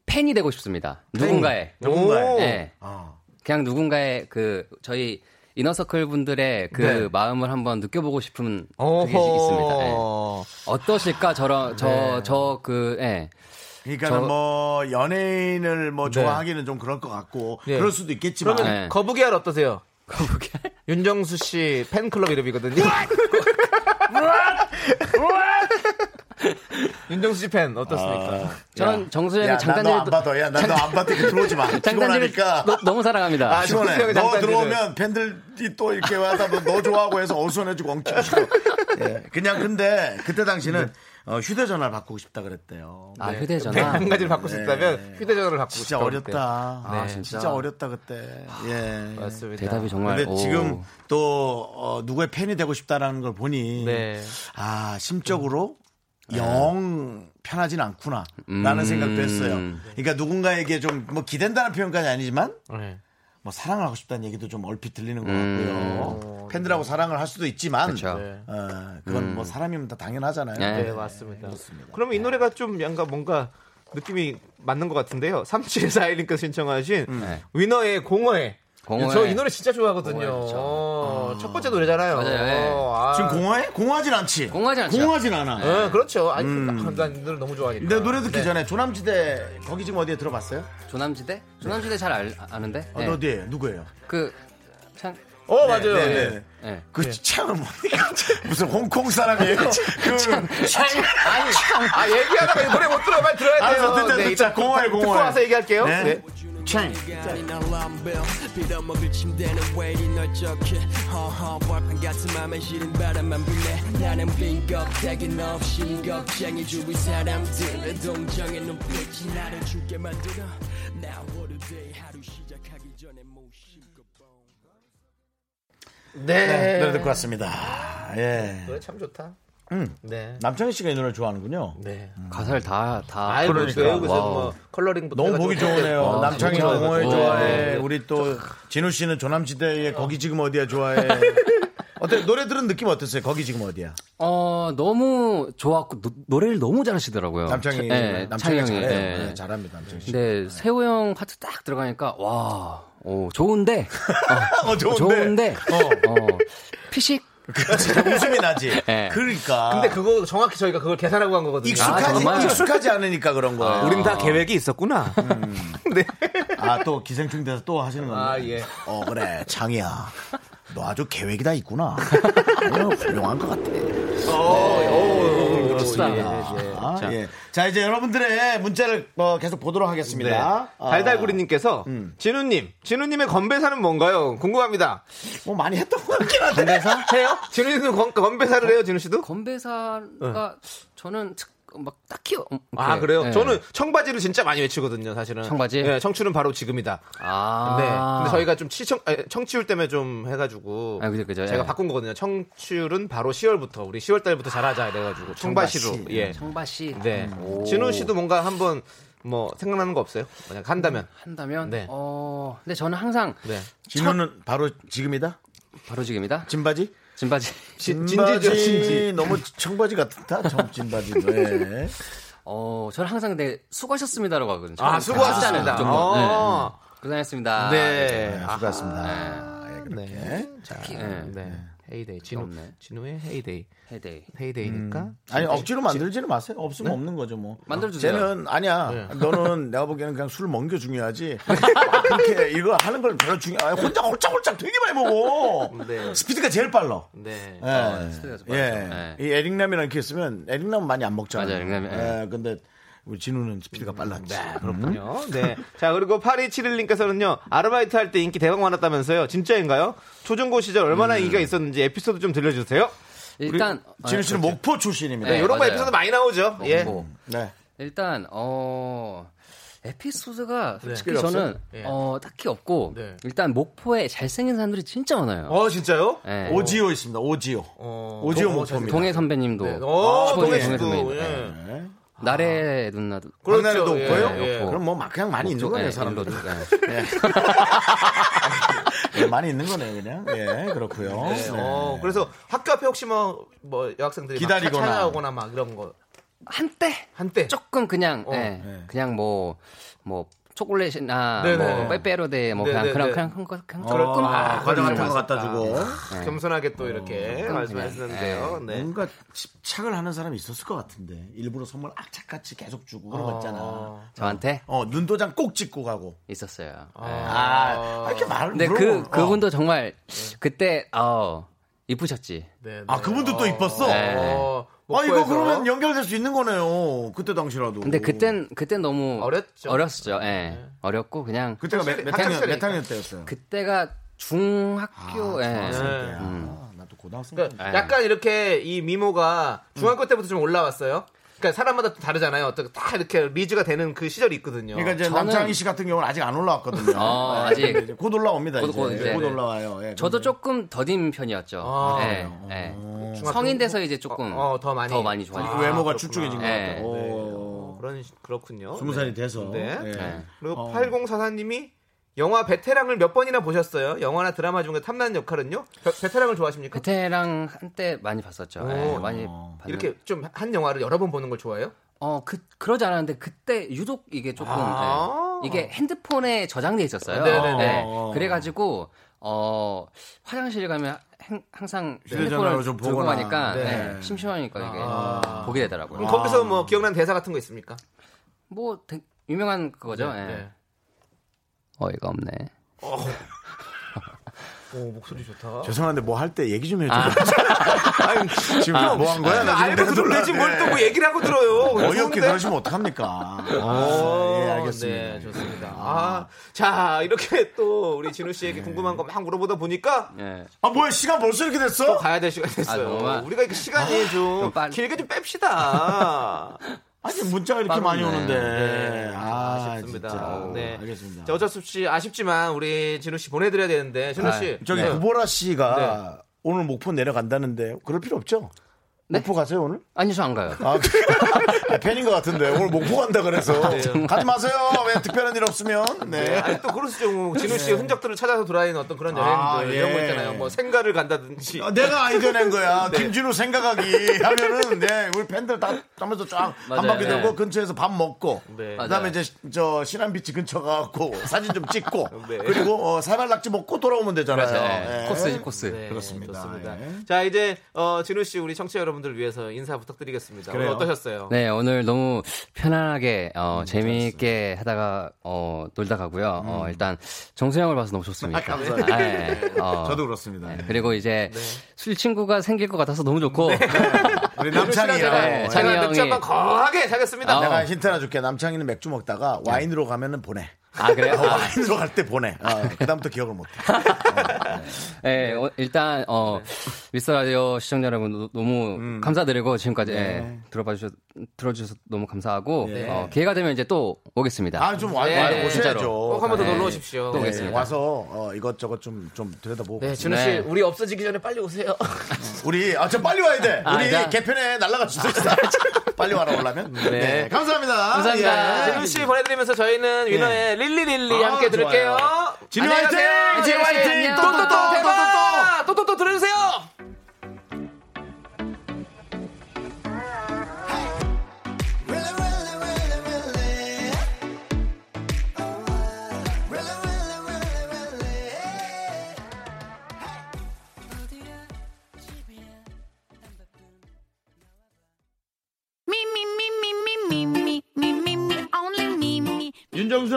팬이 되고 싶습니다. 누군가의. 오. 예. 어. 그냥 누군가의 그 저희 이너서클 분들의 그 네. 마음을 한번 느껴보고 싶은 어허. 그게 있습니다. 예. 네. 어떠실까 네. 저런 저저그 예. 그러니까 저- 뭐 연예인을 뭐 좋아하기는 좀 그럴 것 같고 네. 그럴 수도 있겠지만 그러면 네. 거북이알 어떠세요? 거북이 알? 윤정수 씨 팬클럽 이름이거든요. 윤정수 씨 팬 어떻습니까? 전 정수영이 야, 장단지를 나너안 받아 야 나 너 안 받아 이렇게 들어오지 마 장단지를 피곤하니까 너- 너무 사랑합니다. 아, 시원해. 정수영의 너 장단지를. 들어오면 팬들이 또 이렇게 와서 뭐너 좋아하고 해서 어수선해지고 엉치고 싶어. 예. 그냥 근데 그때 당시는 어, 휴대전화를 바꾸고 싶다 그랬대요. 아, 네, 휴대전화. 한 가지를 바꿀 수 있다면 휴대전화를 바꾸고 진짜 싶다 어렵다. 네. 아, 네. 진짜. 어렵다 그때. 예. 그때. 맞습니다. 대답이 정말 근데 오. 지금 또 어, 누구의 팬이 되고 싶다라는 걸 보니 네. 아 심적으로 음. 네. 영 편하진 않구나라는 생각도 했어요. 그러니까 누군가에게 좀 뭐 기댄다는 표현까지 아니지만 네. 뭐 사랑을 하고 싶다는 얘기도 좀 얼핏 들리는 것 같고요. 팬들하고 사랑을 할 수도 있지만 음. 그렇죠. 어, 네. 어, 그건 뭐 사람이면 다 당연하잖아요. 음. 네. 네, 맞습니다. 그러면 이 노래가 좀 약간 뭔가 느낌이 맞는 것 같은데요. 3741님께서 신청하신 네. 위너의 공허해. 공허해. 저 이 노래 진짜 좋아하거든요. 공허해, 그렇죠. 어, 첫 번째 노래잖아요. 맞아요, 예. 어, 아. 지금 공허해? 공허하진 않지. 공허하진 않죠. 네. 공허하진 않아. 예, 그렇죠. 아니, 난이 노래 너무 좋아하니까. 근데 네. 음. 노래 듣기 전에 조남지대 거기 지금 어디에 들어봤어요? 조남지대? 조남지대 잘 알, 아는데? 어, 네. 어디에 누구예요? 그 참, 어, 맞아요. 네, 예. 네. 예. 그 창을 뭡니까? 무슨 홍콩 사람이에요? 네, 그 창. 아니, 아, 얘기하다가 이 노래 못 들어요. 빨리 들어야 돼요. 알았어, 듣자, 네, 듣자. 이따 공허해, 듣고 공허해. 와서 얘기할게요. 네. 네. 창. 아닌 알람벨 빌어먹을 침대는 왜 이너 적해 허허 벌판 같은 맘에 시린 바람만 불네 나는 빈 껍데기 없이 겁쟁이 주위 사람들의 동정의 눈빛이 나를 죽게 만들어 Now what a day 하루 시작하기 전에 무심코 네. 노래 듣고 왔습니다. 예. 네. 그 노래 참 좋다. 음. 네. 남창희 씨가 이 노래를 좋아하는군요. 네. 가사를 다, 다. 아이 그 음. 그러니까. 외우고 있어도 와우. 뭐 컬러링부터 너무 해가지고 보기 좋으네요. 아, 남창희 진짜 영어에 좋아요. 좋아해. 네. 우리 또 진우 씨는 조남지대에 거기 지금 어디야 좋아해. 어때 노래 들은 느낌 어땠어요? 거기 지금 어디야? 어, 너무 좋았고, 노, 노래를 너무 잘하시더라고요. 남창희 네, 남창희 창희 형이, 잘해요. 네. 네, 잘합니다. 남창희 씨. 근데 세호 형 파트 딱 들어가니까, 와, 오, 좋은데. 어, 어, 좋은데. 어, 피식. 진짜 웃음이 나지. 네. 그러니까. 근데 그거 정확히 저희가 그걸 계산하고 간 거거든요. 아, 익숙하지 아. 정말? 익숙하지 않으니까 그런 거예요. 아, 우린 다 계획이 있었구나. 네. 아 또 기생충 돼서 또 하시는 건데. 아, 예. 어 그래 창이야. 너 아주 계획이 다 있구나. 아유, 훌륭한 것 같아. 좋습니다. 네, 아, 예. 자 이제 여러분들의 문자를 어, 계속 보도록 네. 하겠습니다. 아, 음. 달달구리님께서 진우님, 진우님의 건배사는 뭔가요? 궁금합니다. 뭐 많이 했던 것 같긴 한데. 건배사? 해요? 진우님도 건, 건배사를 해요, 진우 씨도? 건배사가 저는 특- 막 딱히. 엄- 아 그래. 그래요? 네. 저는 청바지를 진짜 많이 외치거든요, 사실은. 청바지? 네, 청춘은 바로 지금이다. 아. 네. 근데 저희가 좀 시청, 아니, 청취율 때문에 좀 해가지고. 아, 그죠, 그죠. 제가 예. 바꾼 거거든요. 청취율은 바로 10월부터. 우리 10월달부터 잘하자. 이래가지고. 청바시로. 예. 청바씨. 네. 진우 씨도 뭔가 한번 뭐 생각나는 거 없어요? 만약 한다면. 한다면. 네. 어, 근데 저는 항상 네. 진우는 바로 지금이다. 바로 지금이다. 진바지? 진바지. 진- 진지죠, 진지. 너무 청바지 같다. 정 진바지도. 예. 어, 저는 항상 근데 수고하셨습니다라고 하거든요. 아, 수고하셨습니다. 좀 더. 아. 네. 고생하셨습니다. 네. 네, 아, 수고하셨습니다. 예, 그렇게. 자, 예. 네. 헤이데이. 진우. 음. 없네. 진우의 헤이데이. 헤데이. 헤이데이니까. 아니 억지로 만들지는 마세요. 네? 없으면 없는 거죠 뭐. 만들어주세요. 쟤는 아니야. 너는 내가 보기에는 그냥 술 먹겨 중요하지. 아, 그렇게 이거 하는 걸 별로 중요. 아 혼자 홀짝홀짝 되게 많이 먹어. 네. 스피드가 제일 빨라. 네. 예. 아, 스피드가 좀 예. 빠르죠. 이 에릭남이랑 이렇게 있으면 에릭남 많이 안 먹잖아요. 맞아요, 에릭남, 예. 예, 근데 우리 진우는 스피드가 빨랐지. 그렇군요. 네. 자, 그리고 8271님께서는요, 아르바이트 할 때 인기 대박 많았다면서요? 진짜인가요? 초중고 시절 얼마나 인기가 있었는지 에피소드 좀 들려주세요. 일단 진우 씨는 뭐? 아, 목포 출신입니다. 네, 네, 이런 거 맞아요. 에피소드 많이 나오죠. 예. 뭐, 네. 일단 어 에피소드가 솔직히 특별히 저는 없어요? 예. 어 딱히 없고 네. 일단 목포에 잘생긴 사람들이 진짜 많아요. 어, 진짜요? 예. 오지오 있습니다. 오지오. 어. 오지오 동- 목포입니다. 네. 동해 선배님도 어, 초보의 동해 친구. 선배님도, 예. 예. 나래 누나도 그렇죠. 그날에도 예, 없고요. 예. 그럼 뭐 막 그냥 많이 있는 거네요, 예, 사람들. 일로도, 예. 예, 많이 있는 거네요, 그냥. 예, 그렇고요. 네. 네. 어, 그래서 학교 앞에 혹시 뭐, 뭐 여학생들이 기다리거나. 기다리거나. 막 찾아오거나 막 이런 거. 한때 한때. 조금 그냥 어, 예, 네. 그냥 뭐 뭐 초콜릿이나 네네. 뭐 빼빼로데 뭐 그냥 네네네. 어. 그런 그냥 그런 거 그냥 그럴 조금 아, 과자 같은 거 갖다 주고. 네. 겸손하게 또 이렇게 말씀하셨는데요. 네. 뭔가 집착을 하는 사람이 있었을 것 같은데. 일부러 선물 악착같이 계속 주고 어, 그런 거 있잖아. 저한테 어, 눈도장 꼭 찍고 가고. 있었어요. 아, 예. 이렇게 말을 근데 물어보면- 그 그분도 정말 그때 어 이쁘셨지. 네, 네. 아, 그분도 또 이뻤어? 네. 어, 어. 아, 이거 목포에서. 그러면 연결될 수 있는 거네요. 그때 당시라도. 근데 그땐 그땐 너무 어렸죠. 네. 어렸죠. 예. 어렸고 그냥 그때가 몇, 몇 학창 학년, 몇 시절이니까. 학년 때였어요? 그때가 중학교 예. 음. 네. 아, 나도 고등학생 때. 그러니까 약간 이렇게 이 미모가 중학교 때부터 좀 올라왔어요. 그러니까 사람마다 또 다르잖아요. 어떻게 다 이렇게 리즈가 되는 그 시절이 있거든요. 그러니까 이제 저는- 남창희 씨 같은 경우는 아직 안 올라왔거든요. 어, 네, 아직. 근데 이제 곧 올라옵니다. 곧- 이제. 곧 곧, 이제. 올라와요. 예, 저도 근데- 조금 더딘 편이었죠. 아, 예, 예. 성인 돼서 이제 조금 어, 어, 더 많이. 좋아졌어요. 아, 어. 외모가 축축해진 것 네. 같아요. 어. 오. 그런 시- 그렇군요. 스무 살이 돼서. 네. 예. 네. 그리고 8044님이 영화 베테랑을 몇 번이나 보셨어요? 영화나 드라마 중에 탐나는 역할은요? 베, 베테랑을 좋아하십니까? 그때랑 한때 많이 봤었죠. 예, 오. 많이 어. 봤는데. 이렇게 좀 한 영화를 여러 번 보는 걸 좋아해요? 어, 그, 그러지 않았는데, 그때 유독 이게 조금, 아. 예. 이게 핸드폰에 저장돼 있었어요. 네네네. 예. 그래가지고, 어, 화장실 가면 행- 항상 휴대전화로 핸드폰을 좀 들고 보거나. 가니까, 네. 예, 심심하니까 이게 보게 되더라고요. 아. 그럼 거기서 뭐 기억나는 대사 같은 거 있습니까? 뭐, 되게 유명한 그거죠. 예. 네. 어이가 없네. 오, 목소리 좋다. 죄송한데 뭐 할 때 얘기 좀 해줘. 아. 요 지금 뭐 한 거야? 나 지금 놀라- 알고 들으면 되지 아, 뭘 또 뭐 얘기를 하고 들어요. 어이없게 좋은데? 그러시면 어떡합니까? 아, 오, 예, 알겠습니다. 예. 네, 좋습니다. 아, 자, 이렇게 또 우리 진우 네. 씨에게 궁금한 거 막 물어보다 보니까 예. 아, 뭐야, 시간 벌써 이렇게 또 됐어? 가야 될 시간이 아, 됐어요. 정말. 아, 우리가 이렇게 시간이 좀 좀 빨리. 길게 좀 뺍시다. 아니, 문자가 이렇게 많이 빠르네. 오는데. 네, 아, 아쉽습니다. 진짜. 네. 알겠습니다. 자, 어쩔 수 없이 아쉽지만 우리 진우 씨 보내드려야 아, 되는데 진우 씨 네. 저기 구보라 씨가 오늘 목포 내려간다는데 그럴 필요 없죠? 네. 목포 가세요 오늘? 아니요, 저 안 가요. 아, 아, 팬인 것 같은데 오늘 목포 간다 그래서 가지 마세요. 왜 특별한 일 없으면. 네. 아, 네. 아니 또 그럴 수 있죠. 뭐. 진우 씨의 흔적들을 찾아서 돌아다니는 어떤 그런 아, 여행들 이런 거 예. 있잖아요. 뭐 생가를 간다든지. 어, 내가 아이디어 낸 거야. 네. 김진우 생각하기 하면은 네, 우리 팬들 다 하면서 쫙 한 맞아요. 바퀴 돌고 네. 근처에서 밥 먹고 네. 그다음에 맞아요. 이제 시- 저 신한비치 근처 가고 사진 좀 찍고 네. 그리고 어, 살발낙지 먹고 돌아오면 되잖아요. 네. 예. 코스지, 코스. 네, 그렇습니다. 좋습니다. 예. 자 이제 어, 진우 씨 우리 청취자 여러분들 위해서 인사 부탁드리겠습니다. 그래요. 오늘 어떠셨어요? 네, 오늘 너무 편안하게, 어, 음, 재미있게 하다가, 어, 놀다 가고요. 어, 일단, 정수영을 봐서 너무 좋습니다. 음. 아, 감사합니다. 아, 예. 어, 저도 그렇습니다. 네. 예. 그리고 이제, 술 친구가 생길 것 같아서 너무 좋고. 우리 네, 남창이랑 자- 제가 찬이 맥주 형이- 한번 거하게 사겠습니다. 아, 내가 힌트 하나 줄게. 남창이는 맥주 먹다가 네. 와인으로 가면은 보내. 아, 그래요? 어, 와인으로 갈 때 보내. 아, 그다음부터 기억을 못해. 네. 예, 어, 일단, 어, 미스터 라디오 시청자 여러분, 노- 너무 음. 감사드리고, 지금까지, 네. 예, 들어봐 주셔, 들어주셔서 너무 감사하고, 어, 기회가 되면 이제 또 오겠습니다. 아, 좀 와, 네, 와 네, 오셔야죠. 꼭 한번 더 네. 놀러 오십시오. 또 네. 오겠습니다. 와서 어, 이것저것 좀, 좀 들여다보고. 네, 진우 씨, 네. 우리 없어지기 전에 빨리 오세요. 우리 아 저 빨리 와야 돼. 아, 우리 자. 개편에 날라가 주세요. 빨리 와라 올라면. 네. 감사합니다. 감사합니다. 예. 진우 씨 보내드리면서 저희는 위너의 릴리릴리 아, 함께 좋아요. 들을게요. 진우 안녕히 화이팅! 가세요. 예, 진우 화이팅! 또또또 또, 또, 또, 대박! 또또또 들어주세요. Oh, 윤정수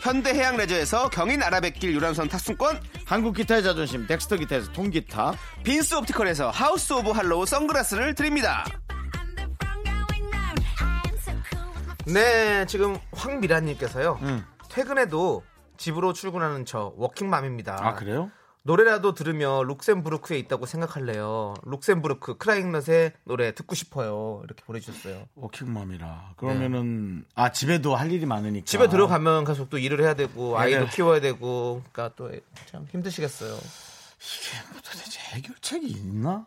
현대해양 레저에서 경인 아라뱃길 유람선 탑승권. 한국 기타의 자존심 덱스터 기타에서 통기타, 빈스 옵티컬에서 하우스 오브 할로우 선글라스를 드립니다. 네, 지금 황미라님께서요. 음. 퇴근해도 집으로 출근하는 저 워킹맘입니다. 아, 그래요? 노래라도 들으며 룩셈부르크에 있다고 생각할래요. 룩셈부르크 크라잉넛의 노래 듣고 싶어요. 이렇게 보내주셨어요. 워킹맘이라 그러면은 아 집에도 할 일이 많으니까 네. 집에 들어가면 계속 또 일을 해야 되고 아이도 아. 네. 키워야 되고 그러니까 또 참 힘드시겠어요. 도대체 해결책이 있나?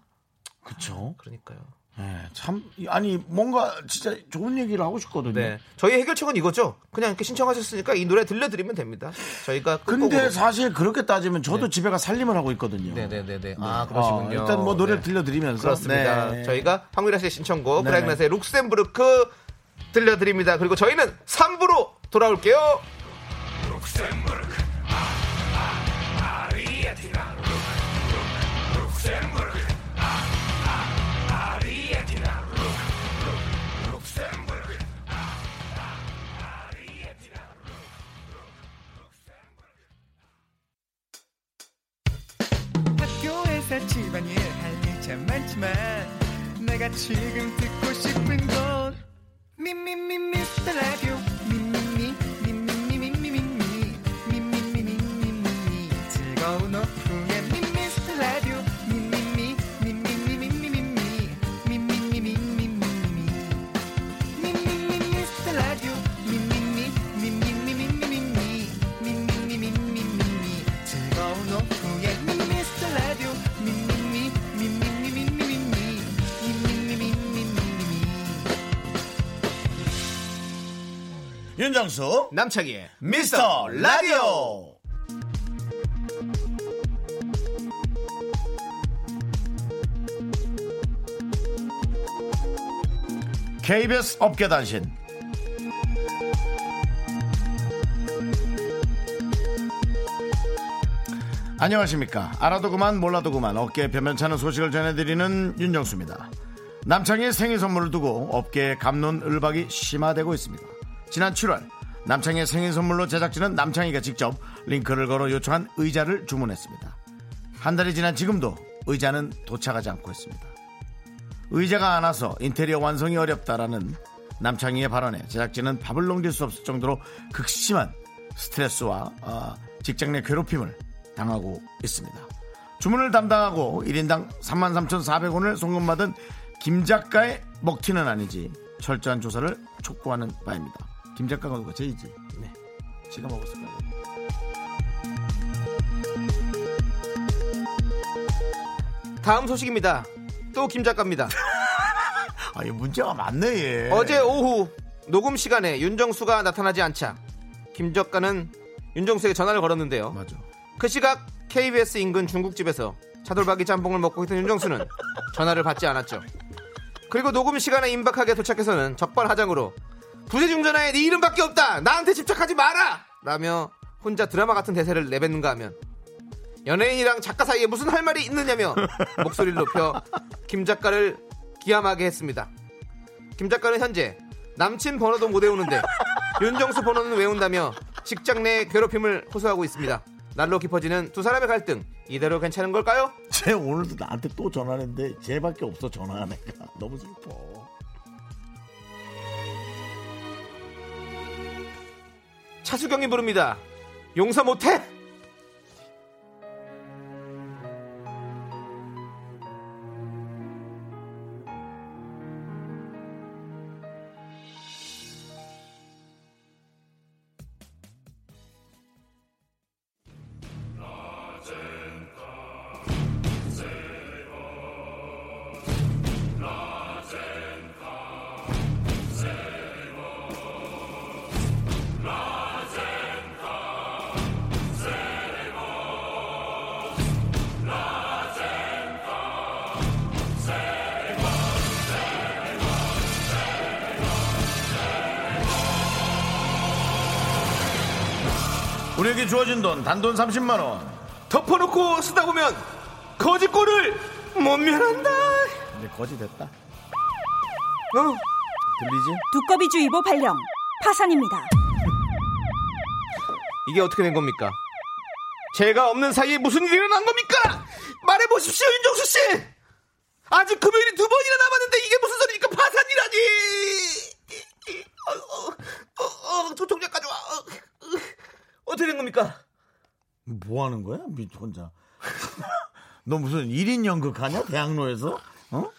그쵸? 그러니까요. 네, 참 아니 뭔가 진짜 좋은 얘기를 하고 싶거든요. 네. 저희 해결책은 이거죠. 그냥 이렇게 신청하셨으니까 이 노래 들려드리면 됩니다. 저희가 근데 사실 그렇게 따지면 저도 집에가 살림을 하고 있거든요. 네. 네네네네. 아 어, 그러시군요. 일단 뭐 노래를 네. 들려드리면서 그렇습니다. 네. 저희가 황미라 씨의 신청곡 네네. 브라이너스의 룩셈부르크 들려드립니다. 그리고 저희는 3부로 돌아올게요. 학교에서 집안일 할 일 참 많지만 내가 지금 듣고 싶은 건 미미미 미스터 라디오 미미미 미미미 미미미 미미미 미미미 즐거운 오후에 미스터 라디오 미미미 미미미 미미미 미미미 미미미 윤정수 남창희의 미스터 라디오 KBS 업계 단신 안녕하십니까. 알아도 그만 몰라도 그만 업계에 변변찮은 소식을 전해드리는 윤정수입니다. 남창희의 생일 선물을 두고 업계의 감론을박이 심화되고 있습니다. 지난 7월 남창희의 생일 선물로 제작진은 남창희가 직접 링크를 걸어 요청한 의자를 주문했습니다. 한 달이 지난 지금도 의자는 도착하지 않고 있습니다. 의자가 안 와서 인테리어 완성이 어렵다라는 남창희의 발언에 제작진은 밥을 넘길 수 없을 정도로 극심한 스트레스와 어, 직장 내 괴롭힘을 당하고 있습니다. 주문을 담당하고 1인당 33,400원을 송금받은 김 작가의 먹튀는 아니지 철저한 조사를 촉구하는 바입니다. 김 작가가 누가 제이지? 네. 지가 먹었을 거예요. 다음 소식입니다. 또 김 작가입니다. 아, 얘 문제가 많네, 얘. 어제 오후 녹음 시간에 윤정수가 나타나지 않자 김 작가는 윤정수에게 전화를 걸었는데요. 맞아. 그 시각 KBS 인근 중국집에서 차돌박이 짬뽕을 먹고 있던 윤정수는 전화를 받지 않았죠. 그리고 녹음 시간에 임박하게 도착해서는 적발하장으로 부재중전화에 네 이름밖에 없다. 나한테 집착하지 마라. 라며 혼자 드라마 같은 대사를 내뱉는가 하면 연예인이랑 작가 사이에 무슨 할 말이 있느냐며 목소리를 높여 김 작가를 기함하게 했습니다. 김 작가는 현재 남친 번호도 못 외우는데 윤정수 번호는 외운다며 직장 내 괴롭힘을 호소하고 있습니다. 날로 깊어지는 두 사람의 갈등 이대로 괜찮은 걸까요? 쟤 오늘도 나한테 또 전화했는데 쟤밖에 없어 전화하는 애가 너무 슬퍼. 차수경이 부릅니다. 용서 못해? 우리에게 주어진 돈 단돈 30만 원. 덮어놓고 쓰다 보면 거짓골을 못 면한다. 이제 거지 됐다. 어? 어, 들리지? 두꺼비주의보 발령. 파산입니다. 이게 어떻게 된 겁니까? 제가 없는 사이에 무슨 일이 일어난 겁니까? 말해보십시오, 윤정수 씨! 아직 금요일이 두 번이나 남았는데 이게 무슨 소리니까 파산이라니! 어, 어, 어, 어, 통장 가져와. 어, 어, 떻게된 겁니까? 뭐 하는 거야? 미 혼자. 너 무슨 1인 연극하냐? 대학로에서? 어?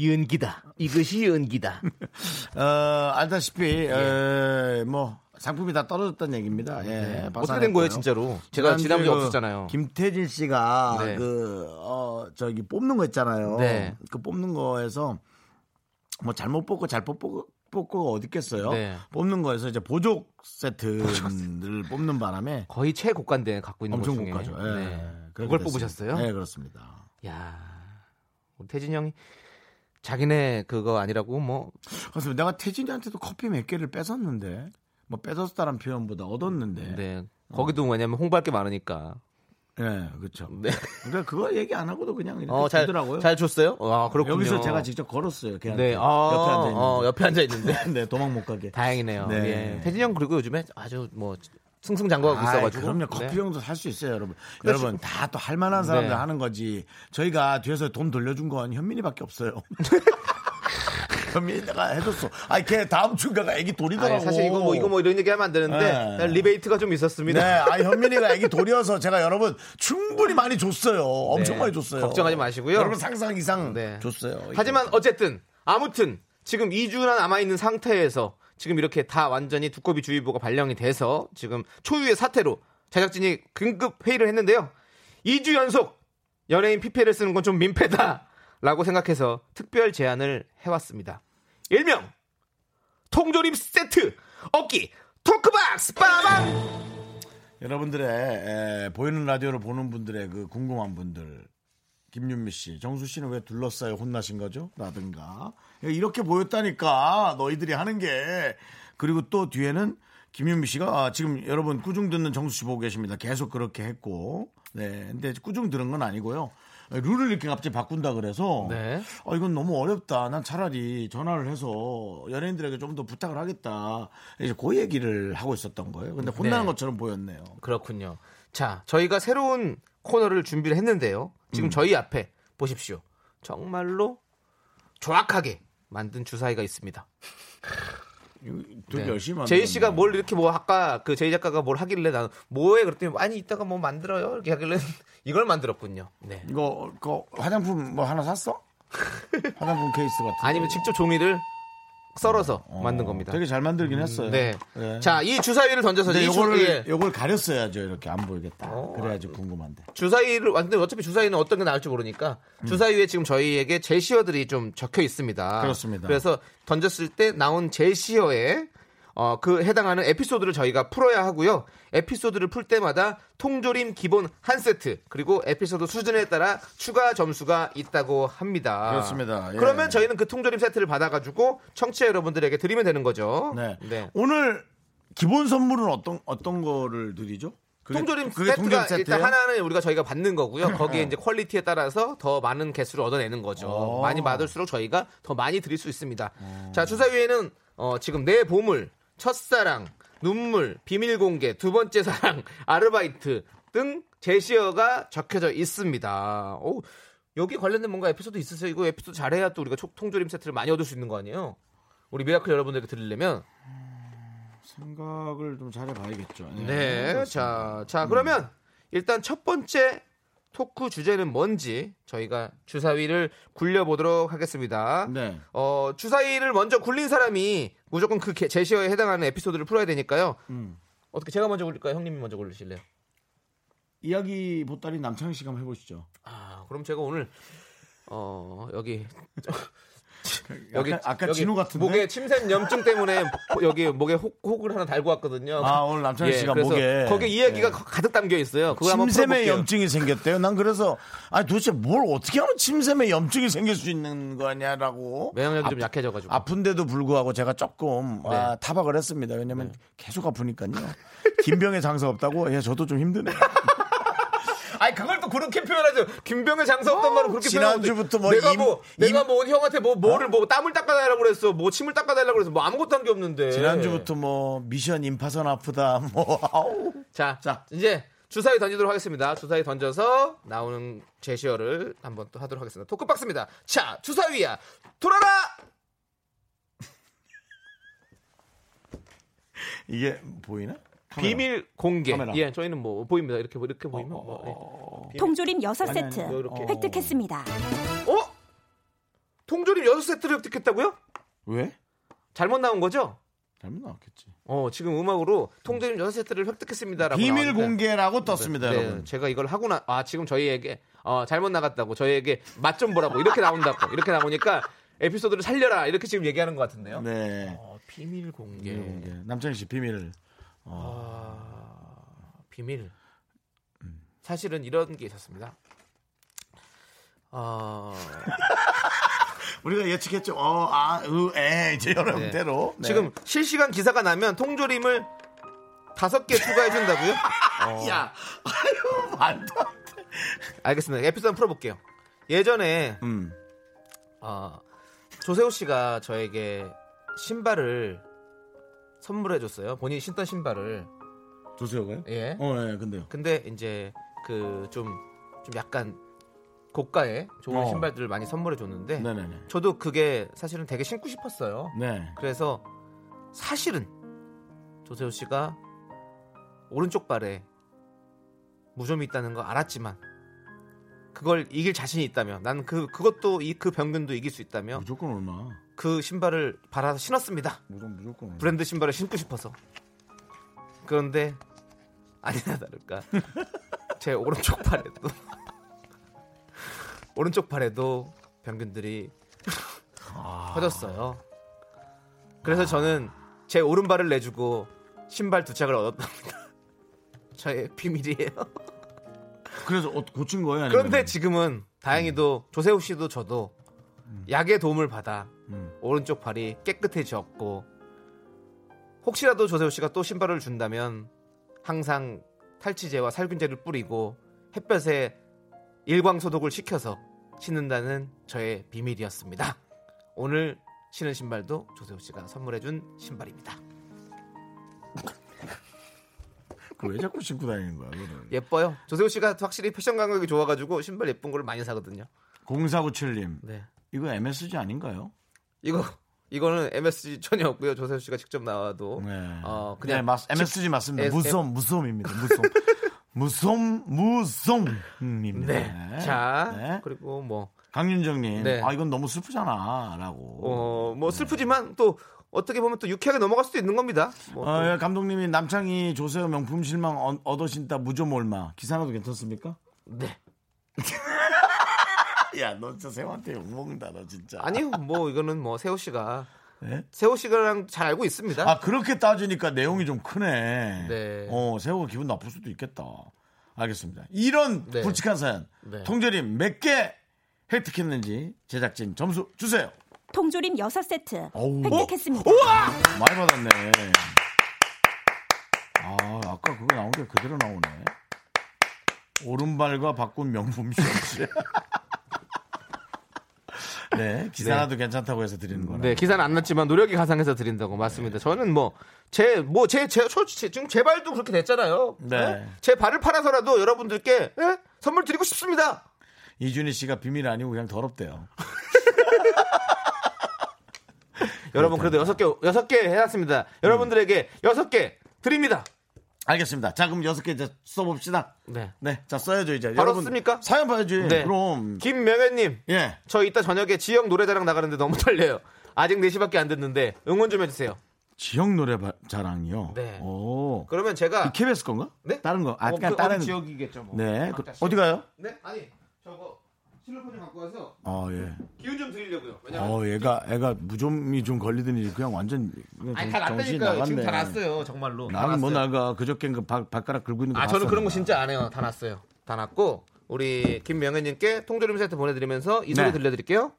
연기다. 이것이 연기다. 어, 알다시피, 에, 뭐, 상품이 다 떨어졌다는 얘기입니다. 예, 예. 네. 어떻게 된 거예요, 진짜로? 제가 지난번에 없었잖아요. 김태진 씨가 네. 그, 어, 저기 뽑는 거 있잖아요. 네. 그 뽑는 거에서 뭐 잘못 뽑고 잘 뽑고 뽑고가 어디 있겠어요? 네. 뽑는 거에서 이제 보조 세트를 뽑는 바람에 거의 최고가인데 갖고 있는 엄청 것 중에. 고가죠. 예. 네. 그렇게 그걸 됐습니다. 뽑으셨어요? 네, 그렇습니다. 야, 우리 태진 형이 자기네 그거 아니라고 뭐 그래서 내가 태진이한테도 커피 몇 개를 뺏었는데 뭐 뺏었다는 표현보다 얻었는데 네. 거기도 왜냐면 홍보할 게 많으니까. 예, 그렇죠. 네. 그러니까 그거 얘기 안 하고도 그냥 이렇게 어, 잘, 주더라고요. 잘 줬어요? 아, 그렇군요. 여기서 제가 직접 걸었어요. 걔한테. 네, 아, 옆에 앉아 있는데. 어, 옆에 앉아 있는데. 네, 도망 못 가게. 다행이네요. 네. 예. 태진 형 그리고 요즘에 아주 뭐 승승장구하고 아이, 있어가지고. 그럼요. 커피 네. 그러니까 정도 살 수 있어요, 여러분. 여러분 다 또 할 만한 사람들 네. 하는 거지. 저희가 뒤에서 돈 돌려준 건 현민이밖에 없어요. 현민이 내가 해줬어. 아, 걔 다음 주가가 애기 돌이더라고. 아니, 사실 이거 뭐 이거 뭐 이런 얘기 하면 안 되는데 네. 리베이트가 좀 네, 있었습니다. 아 현민이가 애기 돌이어서 제가 여러분 충분히 많이 줬어요. 엄청 네. 많이 줬어요. 걱정하지 마시고요. 여러분 상상 이상 네. 줬어요. 뭐. 하지만 어쨌든 아무튼 지금 2주나 남아 있는 상태에서 지금 이렇게 다 완전히 두꺼비 주의보가 발령이 돼서 지금 초유의 사태로 제작진이 긴급 회의를 했는데요. 2주 연속 연예인 PPL을 쓰는 건 좀 민폐다라고 생각해서 특별 제안을 해왔습니다. 일명 통조림 세트 어깨 토크박스 빠밤 여러분들의 에, 보이는 라디오를 보는 분들의 그 궁금한 분들 김윤미 씨, 정수 씨는 왜 둘러싸여 혼나신 거죠? 라든가 이렇게 보였다니까 너희들이 하는 게 그리고 또 뒤에는 김윤미 씨가 아, 지금 여러분 꾸중 듣는 정수 씨 보고 계십니다. 계속 그렇게 했고 네 근데 꾸중 들은 건 아니고요. 룰을 이렇게 갑자기 바꾼다 그래서 네. 아, 이건 너무 어렵다. 난 차라리 전화를 해서 연예인들에게 좀 더 부탁을 하겠다. 이제 그 얘기를 하고 있었던 거예요. 근데 혼나는 네. 것처럼 보였네요. 그렇군요. 자, 저희가 새로운 음. 코너를 준비를 했는데요. 지금 저희 앞에 보십시오. 정말로 조악하게 만든 주사위가 있습니다. 되게 네. 열심히 만든 제이 씨가 뭘 이렇게 뭐 아까 그 제이 작가가 뭘 하길래 나는 뭐해 그랬더니 아니 이따가 뭐 만들어요 이렇게 하길래 이걸 만들었군요. 네. 이거 그 화장품 뭐 하나 샀어? 화장품 케이스 같은. 거. 아니면 직접 종이를 썰어서 만든 겁니다. 되게 잘 만들긴 했어요. 네. 예. 자, 이 주사위를 던져서 근데 이 요거를 주, 예. 요걸 가렸어야죠 이렇게 안 보이겠다. 그래야지 궁금한데. 주사위를 근데 어차피 주사위는 어떤 게 나올지 모르니까 음. 주사위에 지금 저희에게 제시어들이 좀 적혀 있습니다. 그렇습니다. 그래서 던졌을 때 나온 제시어에 어, 그 해당하는 에피소드를 저희가 풀어야 하고요. 에피소드를 풀 때마다 통조림 기본 한 세트 그리고 에피소드 수준에 따라 추가 점수가 있다고 합니다. 그렇습니다. 예. 그러면 저희는 그 통조림 세트를 받아가지고 청취자 여러분들에게 드리면 되는 거죠. 네. 네. 오늘 기본 선물은 어떤 어떤 거를 드리죠? 그게- 통조림 그게 세트가 통조림 세트예요? 네. 일단 하나는 우리가 저희가 받는 거고요. 거기에 이제 퀄리티에 따라서 더 많은 개수를 얻어내는 거죠. 오. 많이 받을수록 저희가 더 많이 드릴 수 있습니다. 자 주사위에는 어, 지금 내 보물, 첫사랑, 눈물, 비밀 공개, 두 번째 사랑, 아르바이트 등 제시어가 적혀져 있습니다. 오, 여기 관련된 뭔가 에피소드 있으세요? 이거 에피소드 잘해야 또 우리가 촉- 통조림 세트를 많이 얻을 수 있는 거 아니에요? 우리 미라클 여러분들에게 드리려면 생각을 좀 잘해봐야겠죠. 예. 네. 자, 자 그러면 일단 첫 번째 토크 주제는 뭔지 저희가 주사위를 굴려보도록 하겠습니다. 네. 어, 주사위를 먼저 굴린 사람이 무조건 그 게- 제시어에 해당하는 에피소드를 풀어야 되니까요. 음. 어떻게 제가 먼저 굴릴까요? 형님이 먼저 굴리실래요? 이야기 보따리 남창희 씨가 한번 해보시죠. 아, 그럼 제가 오늘 어, 여기 여기 아까, 아까 여기 진우 같은데. 목에 침샘 염증 때문에 호- 여기 목에 혹, 혹을 하나 달고 왔거든요. 예, 아, 오늘 남창희 씨가 그래서 목에. 네. 거기 이야기가 가득 담겨 있어요. 그거 한번 침샘에 풀어볼게요. 염증이 생겼대요. 난 그래서 아니 도대체 뭘 어떻게 하면 침샘에 염증이 생길 수 있는 거냐라고 면역력이 좀 아프- 약해져가지고. 아픈데도 불구하고 제가 조금 네. 아, 타박을 했습니다. 왜냐면 계속 아프니까요. 김병의 장사 없다고 예 저도 좀 힘드네요. 아니 그걸 또 그렇게 표현하죠. 김병의 장사 없단 말은 그렇게 어, 지난주부터 표현하는데 뭐 내가 임- 뭐 임- 어? 내가 뭐 형한테 뭐 뭐를 뭐 땀을 닦아달라고 그랬어. 뭐 침을 닦아달라고 그랬어. 뭐 아무것도 한 게 없는데. 지난주부터 뭐 미션 임파선 아프다 뭐 아우 자, 자. 이제 주사위 던지도록 하겠습니다. 주사위 던져서 나오는 제시어를 한번 또 하도록 하겠습니다. 토크박스입니다. 자, 주사위야 돌아라. 이게 보이나? 카메라. 비밀 공개. 카메라. 어, 예, 저희는 뭐 보입니다. 이렇게 뭐 이렇게 보이면 뭐. 통조림 6 아니, 아니, 세트 뭐 이렇게. 획득했습니다. 예. 어? 통조림 6 세트를 획득했다고요? 왜? 잘못 나온 거죠? 잘못 나왔겠지. 어, 지금 음악으로 통조림 6 세트를 획득했습니다라고 비밀 나왔는데. 공개라고 떴습니다, 네, 여러분. 제가 이걸 하고 나, 아, 지금 저희에게, 어, 잘못 나갔다고, 저희에게 맛 좀 보라고, 이렇게 나온다고, 이렇게 나오니까, 에피소드를 살려라, 이렇게 지금 얘기하는 것 같은데요. 예. 네. 어, 비밀 공개. 비밀 공개. 남창희 씨 비밀을 아, 비밀. 음. 사실은 이런 게 있었습니다. 어, 우리가 예측했죠. 어, 아, 으, 에, 이제 여러분대로. 네. 지금 실시간 기사가 나면 통조림을 다섯 개 추가해준다고요? 어. 야, 아유, 말도 안 돼. 알겠습니다. 에피소드 한번 풀어볼게요. 예전에 음, 아, 조세호 씨가 저에게 신발을 선물해 줬어요. 본인이 신던 신발을. 조세호가요? 예. 어, 예, 근데요. 근데 이제 그 좀 좀 약간 고가의 좋은 어. 신발들을 많이 선물해 줬는데 네네네. 저도 그게 사실은 되게 신고 싶었어요. 네. 그래서 사실은 조세호 씨가 오른쪽 발에 무좀이 있다는 걸 알았지만 그걸 이길 자신이 있다며 난 그 그것도 이 그 병균도 이길 수 있다며 무조건 얼마. 그 신발을 받아서 신었습니다. 무조건, 무조건 얼마. 브랜드 신발을 신고 싶어서. 그런데 아니나 다를까 제 오른쪽 발에도 오른쪽 발에도 병균들이 퍼졌어요. 그래서 저는 제 오른발을 내주고 신발 두 짝을 얻었답니다. 저의 비밀이에요. 그래서 옷 고친 거예요? 아니면? 그런데 지금은 다행히도 조세호 씨도 저도 약의 도움을 받아 음. 오른쪽 발이 깨끗해졌고 혹시라도 조세호 씨가 또 신발을 준다면 항상 탈취제와 살균제를 뿌리고 햇볕에 일광 소독을 시켜서 신는다는 저의 비밀이었습니다. 오늘 신은 신발도 조세호 씨가 선물해준 신발입니다. 그왜 자꾸 신고 다니는 거야, 그거를. 예뻐요. 조세호 씨가 확실히 패션 감각이 좋아가지고 신발 예쁜 걸 많이 사거든요. 0497님. 네. 이거 MSG 아닌가요? 이거 이거는 MSG 전혀 없고요. 조세호 씨가 직접 나와도 네. 어 그냥 그냥 맞, MSG 맞습니다. 에- 무쏨 무쏨입니다. 무쏨 무쏨 음, 무쏨입니다. 네. 자 그리고 뭐, 강윤정님, 네. 아 이건 너무 슬프잖아라고. 뭐 어 뭐 슬프지만 또 어떻게 보면 또 유쾌하게 넘어갈 수도 있는 겁니다. 뭐 어, 예, 감독님이 남창희 조세호 명품 실망 얻- 얻어 신다 무좀 얼마 기사나도 괜찮습니까? 네. 야, 너 진짜 세호한테 욕먹는다, 너 진짜. 아니요, 뭐 이거는 뭐 세호 씨가 네? 세호 씨랑 잘 알고 있습니다. 아 그렇게 따지니까 내용이 좀 크네. 네. 어 세호가 기분 나쁠 수도 있겠다. 알겠습니다. 이런 네. 굵직한 사연 네. 통조림 몇 개 획득했는지 제작진 점수 주세요. 통조림 6세트 어우. 획득했습니다. 많이 받았네. 아 아까 그거 나온 게 그대로 나오네. 오른발과 바꾼 명품 슈즈. 네 기사나도 괜찮다고 해서 드리는 거라. 네, 기사는 안 났지만 노력이 가상해서 드린다고 네. 맞습니다. 저는 뭐 제 뭐 제제 솔직히 지금 제 발도 그렇게 됐잖아요. 네. 제 발을 팔아서라도 여러분들께 예? 선물 드리고 싶습니다. 이준희 씨가 비밀 아니고 그냥 더럽대요. 여러분 그래도 여섯 개 여섯 개 해놨습니다. 여러분들에게 여섯 개 드립니다. 알겠습니다. 자, 그럼 여섯 개 이제 써봅시다. 네. 네, 자, 써야죠, 이제. 바로 여러분, 씁니까? 사연 봐야지. 네. 그럼. 김명현님, 예. 저 이따 저녁에 지역 노래자랑 나가는데 너무 떨려요. 아직 4시밖에 안 됐는데 응원 좀 해주세요. 지역 노래 바- 자랑이요. 네. 오. 그러면 제가 이 KBS 건가? 네? 다른 거. 아, 어, 그냥 그 다른. 어느 지역이겠죠. 뭐. 네. 그- 각자 시- 어디 가요? 네, 아니 저거 실로폰 좀 갖고 와서 어, 예. 기운 좀 드리려고요. 왜냐면 어, 얘가, 애가 무좀이 좀 걸리더니 그냥 완전. 그냥 아니 다 정- 정신이 났다니까 지금 다 나갔네. 났어요 정말로. 다 나는 뭐 났어요. 나가. 그저께 그 발, 발가락 긁고 있는 거. 아 저는 봤어, 그런 거 내가. 진짜 안 해요. 다 났어요. 다 났고 우리 김명현님께 통조림 세트 보내드리면서 이 소리 네. 들려드릴게요.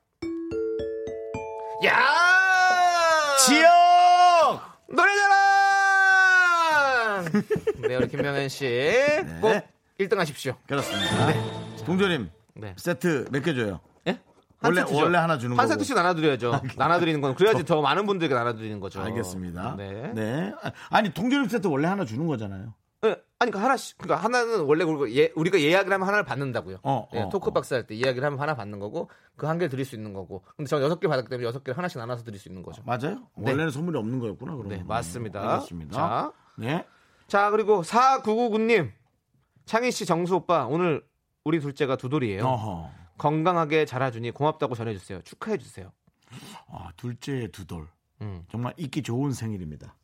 야 지역! 노래자랑 네 우리 김명현 씨 꼭 1등 하십시오. 그렇습니다. 동조림. 네. 세트 몇 개 줘요? 예? 한 원래- 세트죠. 원래 하나 주는 한 거고. 세트씩 나눠드려야죠. 나눠드리는 건 그래야지 더 많은 분들에게 나눠드리는 거죠. 알겠습니다. 네. 아, 아니, 동조림 세트 원래 하나 주는 거잖아요. 예, 아니 그러니까 하나씩 그러니까 하나는 원래 우리가, 예, 우리가 예약을 하면 하나를 받는다고요. 어, 예, 어, 토크박스 할 때 예약을 하면 하나 받는 거고 그 한 개를 드릴 수 있는 거고. 근데 저는 여섯 개 받았기 때문에 여섯 개를 하나씩 나눠서 드릴 수 있는 거죠. 맞아요? 원래는 선물이 없는 거였구나. 그럼. 네, 맞습니다. 음, 알겠습니다. 자. 네. 자 그리고 4999님 창희 씨 정수 오빠 오늘 우리 둘째가 두돌이에요. 어허. 건강하게 자라주니 고맙다고 전해주세요. 축하해주세요. 아, 둘째 두돌. 음. 정말 있기 좋은 생일입니다.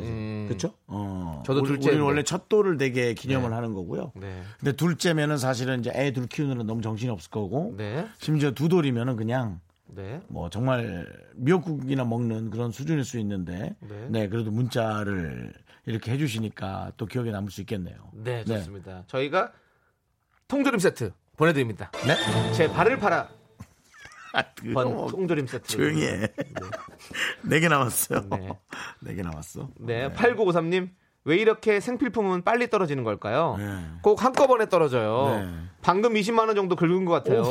음. 그렇죠? 어. 저도 우리- 둘째인데. 우리는 원래 첫돌을 되게 기념을 하는 거고요. 네. 근데 둘째면은 사실은 이제 애 둘 키우느라 너무 정신이 없을 거고. 네. 심지어 두돌이면은 그냥 네. 뭐 정말 미역국이나 먹는 그런 수준일 수 있는데 네. 네, 그래도 문자를 이렇게 해주시니까 또 기억에 남을 수 있겠네요. 네, 좋습니다. 저희가 통조림 세트 보내드립니다. 네? 제 발을 팔아 아, 그거 번 뭐 통조림 세트. 조용히 해. 네 개 남았어요. 네. 네 개 남았어. 네, 8953님. 왜 이렇게 생필품은 빨리 떨어지는 걸까요? 네. 꼭 한꺼번에 떨어져요. 네. 방금 20만 원 정도 긁은 것 같아요.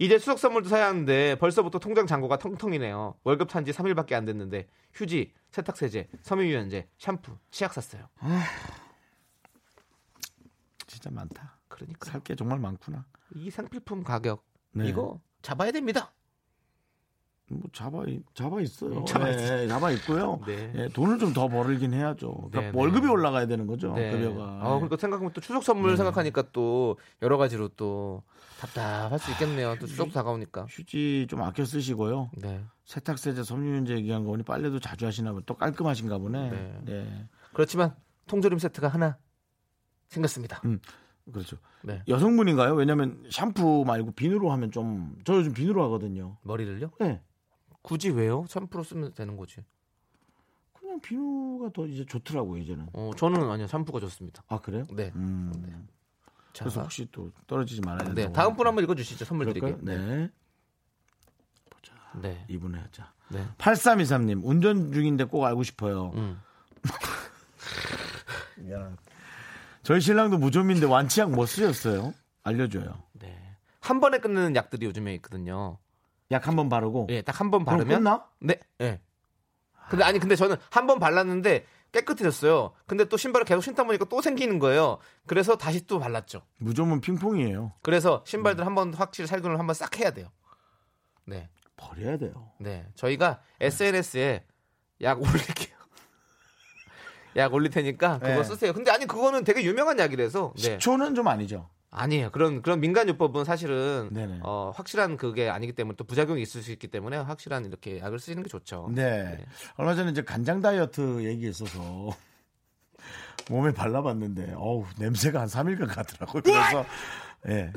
이제 수석 선물도 사야 하는데 벌써부터 통장 잔고가 텅텅이네요. 월급 탄 지 3일밖에 안 됐는데 휴지, 세탁세제, 섬유유연제, 샴푸, 치약 샀어요. 진짜 많다. 그러니까 살 게 정말 많구나. 이 생필품 가격 네. 이거 잡아야 됩니다. 뭐 잡아 있- 잡아 있어요. 음, 잡아 예, 예, 잡아 있고요. 네. 예, 돈을 좀 더 벌긴 해야죠. 그러니까 네, 네. 월급이 올라가야 되는 거죠. 네. 어, 급여가. 네. 아, 그러니까 생각하면 또 추석 선물 생각하니까 또 여러 가지로 또 답답할 수 있겠네요. 또 추석 다가오니까. 휴지 좀 아껴 쓰시고요. 네. 세탁세제, 섬유유연제 얘기한 거 보니 빨래도 자주 하시나 보네. 또 깔끔하신가 보네. 네. 네. 그렇지만 통조림 세트가 하나 생겼습니다. 그렇죠. 네. 여성분인가요? 왜냐면 샴푸 말고 비누로 하면 좀 저 요즘 비누로 하거든요. 머리를요? 네. 굳이 왜요? 샴푸로 쓰면 되는 거지. 그냥 비누가 더 이제 좋더라고요, 이제는. 어, 저는 아니요. 샴푸가 좋습니다. 아, 그래요? 네. 음. 자, 그래서 혹시 또 떨어지지 말아야 된다고. 네. 다음 분 한번 읽어 주시죠. 선물 드릴게요. 그럴까요? 네. 네. 이분 해자. 네. 8323님 운전 중인데 꼭 알고 싶어요. 음. 저희 신랑도 무좀인데 완치약 뭐 쓰셨어요? 알려줘요. 네. 한 번에 끝내는 약들이 요즘에 있거든요. 약 한 번 바르고 예, 딱 한 번 그럼 바르면 끝나? 네. 예. 근데 아니 근데 저는 한 번 발랐는데 깨끗해졌어요. 근데 또 신발을 계속 신다 보니까 또 생기는 거예요. 그래서 다시 또 발랐죠. 무좀은 핑퐁이에요. 음. 그래서 신발들 한번 확실히 살균을 한번 싹 해야 돼요. 네. 버려야 돼요. 네. 저희가 SNS에 약 올릴게요. 약 올릴 테니까 그거 네. 쓰세요. 근데 아니 그거는 되게 유명한 약이라서. 네. 식초는 좀 아니죠. 아니에요. 그런 그런 민간 요법은 사실은 네네. 어, 확실한 그게 아니기 때문에 또 부작용이 있을 수 있기 때문에 확실한 이렇게 약을 쓰시는 게 좋죠. 네. 얼마 전에 이제 간장 다이어트 얘기 있어서 몸에 발라봤는데 어우 냄새가 한 3일간 가더라고요. 그래서 예.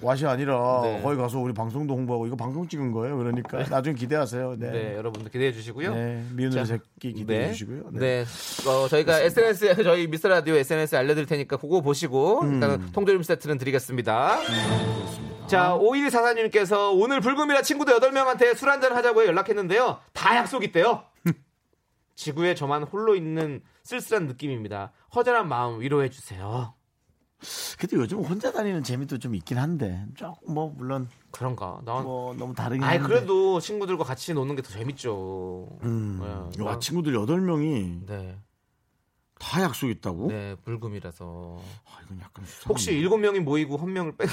왓이 아니라 네. 거기 가서 우리 방송도 홍보하고 이거 방송 찍은 거예요. 그러니까 나중에 기대하세요. 네. 네, 여러분들 기대해 주시고요. 네, 미운 자, 우리 새끼 기대해 네. 주시고요. 네. 어, 저희가 SNS 저희 미스터 라디오 SNS 알려드릴 테니까 그거 보시고 음. 일단은 통조림 세트는 드리겠습니다. 자, 5144님께서 오늘 불금이라 친구들 8명한테 술 한잔 하자고 연락했는데요. 다 약속 있대요. 지구에 저만 홀로 있는 쓸쓸한 느낌입니다. 허전한 마음 위로해 주세요. 근데 요즘 혼자 다니는 재미도 좀 있긴 한데 조금 뭐 물론 그런가? 난 뭐 너무 다르긴 아니 한데. 그래도 친구들과 같이 노는 게 더 재밌죠. 음. 네, 와, 난- 친구들 8명이 네. 다 약속 있다고? 네, 불금이라서. 아, 이건 약간 수상. 혹시 일곱 명이 모이고 한 명을 빼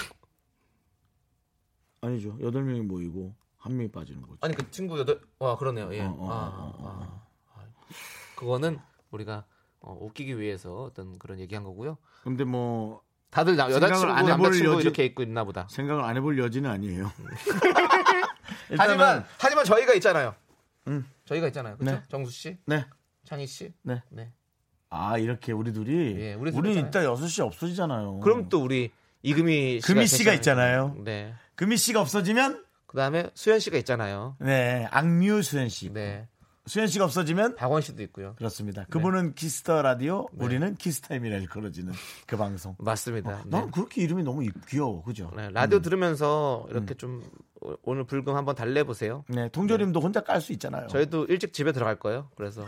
아니죠. 8명이 모이고 한 명이 빠지는 거죠. 아니 그 친구 여덟 와 그러네요 예 어, 어, 아, 어, 아, 아. 그거는 우리가 어, 웃기기 위해서 어떤 그런 얘기한 거고요 근데 뭐 다들 나, 생각을 여자친구 안 해볼 남자친구 여지- 이렇게 입고 있나 보다 생각을 안 해볼 여지는 아니에요. 하지만 일단은- 하지만 저희가 있잖아요 음. 저희가 있잖아요 그렇죠 네. 정수 씨 네. 창희 씨 네. 네. 아, 이렇게 우리 둘이 예, 우리 우리 둘 는 있잖아요. 이따 6시 없어지잖아요. 그럼 또 우리 이금희 씨가 금희 씨가 계시잖아요. 있잖아요. 네 금희 씨가 없어지면 그다음에 수현 씨가 있잖아요 네, 악뮤 수현 씨. 네 수현 씨가 없어지면 박원 씨도 있고요 그렇습니다. 그분은 키스터 라디오, 우리는 키스타임이라 일컬어지는 그 방송. 맞습니다 네. 네. 난 그렇게 이름이 너무 이- 귀여워. 그죠? 네, 라디오 들으면서 음. 이렇게 좀 오- 오늘 불금 한번 달래보세요 네, 동조림도 혼자 깔 수 있잖아요. 어. 저희도 일찍 집에 들어갈 거예요. 그래서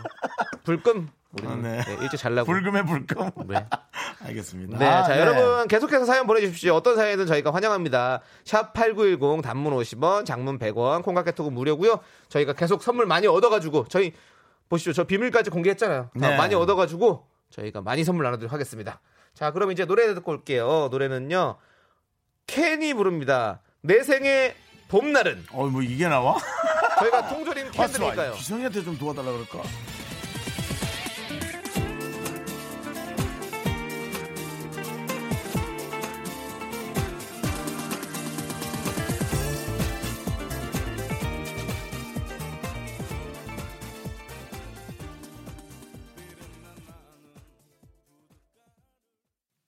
불금 우리는 아, 네. 네, 일찍 잘라고. 불금에 아, 불금. 네. 알겠습니다. 네, 아, 자 여러분 계속해서 사연 보내주십시오. 어떤 사연이든 저희가 환영합니다. 샵 #8910 단문 50원, 장문 100원, 콩깍개톡은 무료고요. 저희가 계속 선물 많이 얻어가지고 저희 보시죠, 저 비밀까지 공개했잖아요. 다 네. 많이 얻어가지고 저희가 많이 선물 나눠드리도록 하겠습니다. 자, 그럼 이제 노래 듣고 올게요. 노래는요, 캔이 부릅니다. 내 생의 봄날은 어, 뭐 이게 나와? 저희가 통조림 캔 드릴까요? 기성이한테 좀 도와달라 그럴까?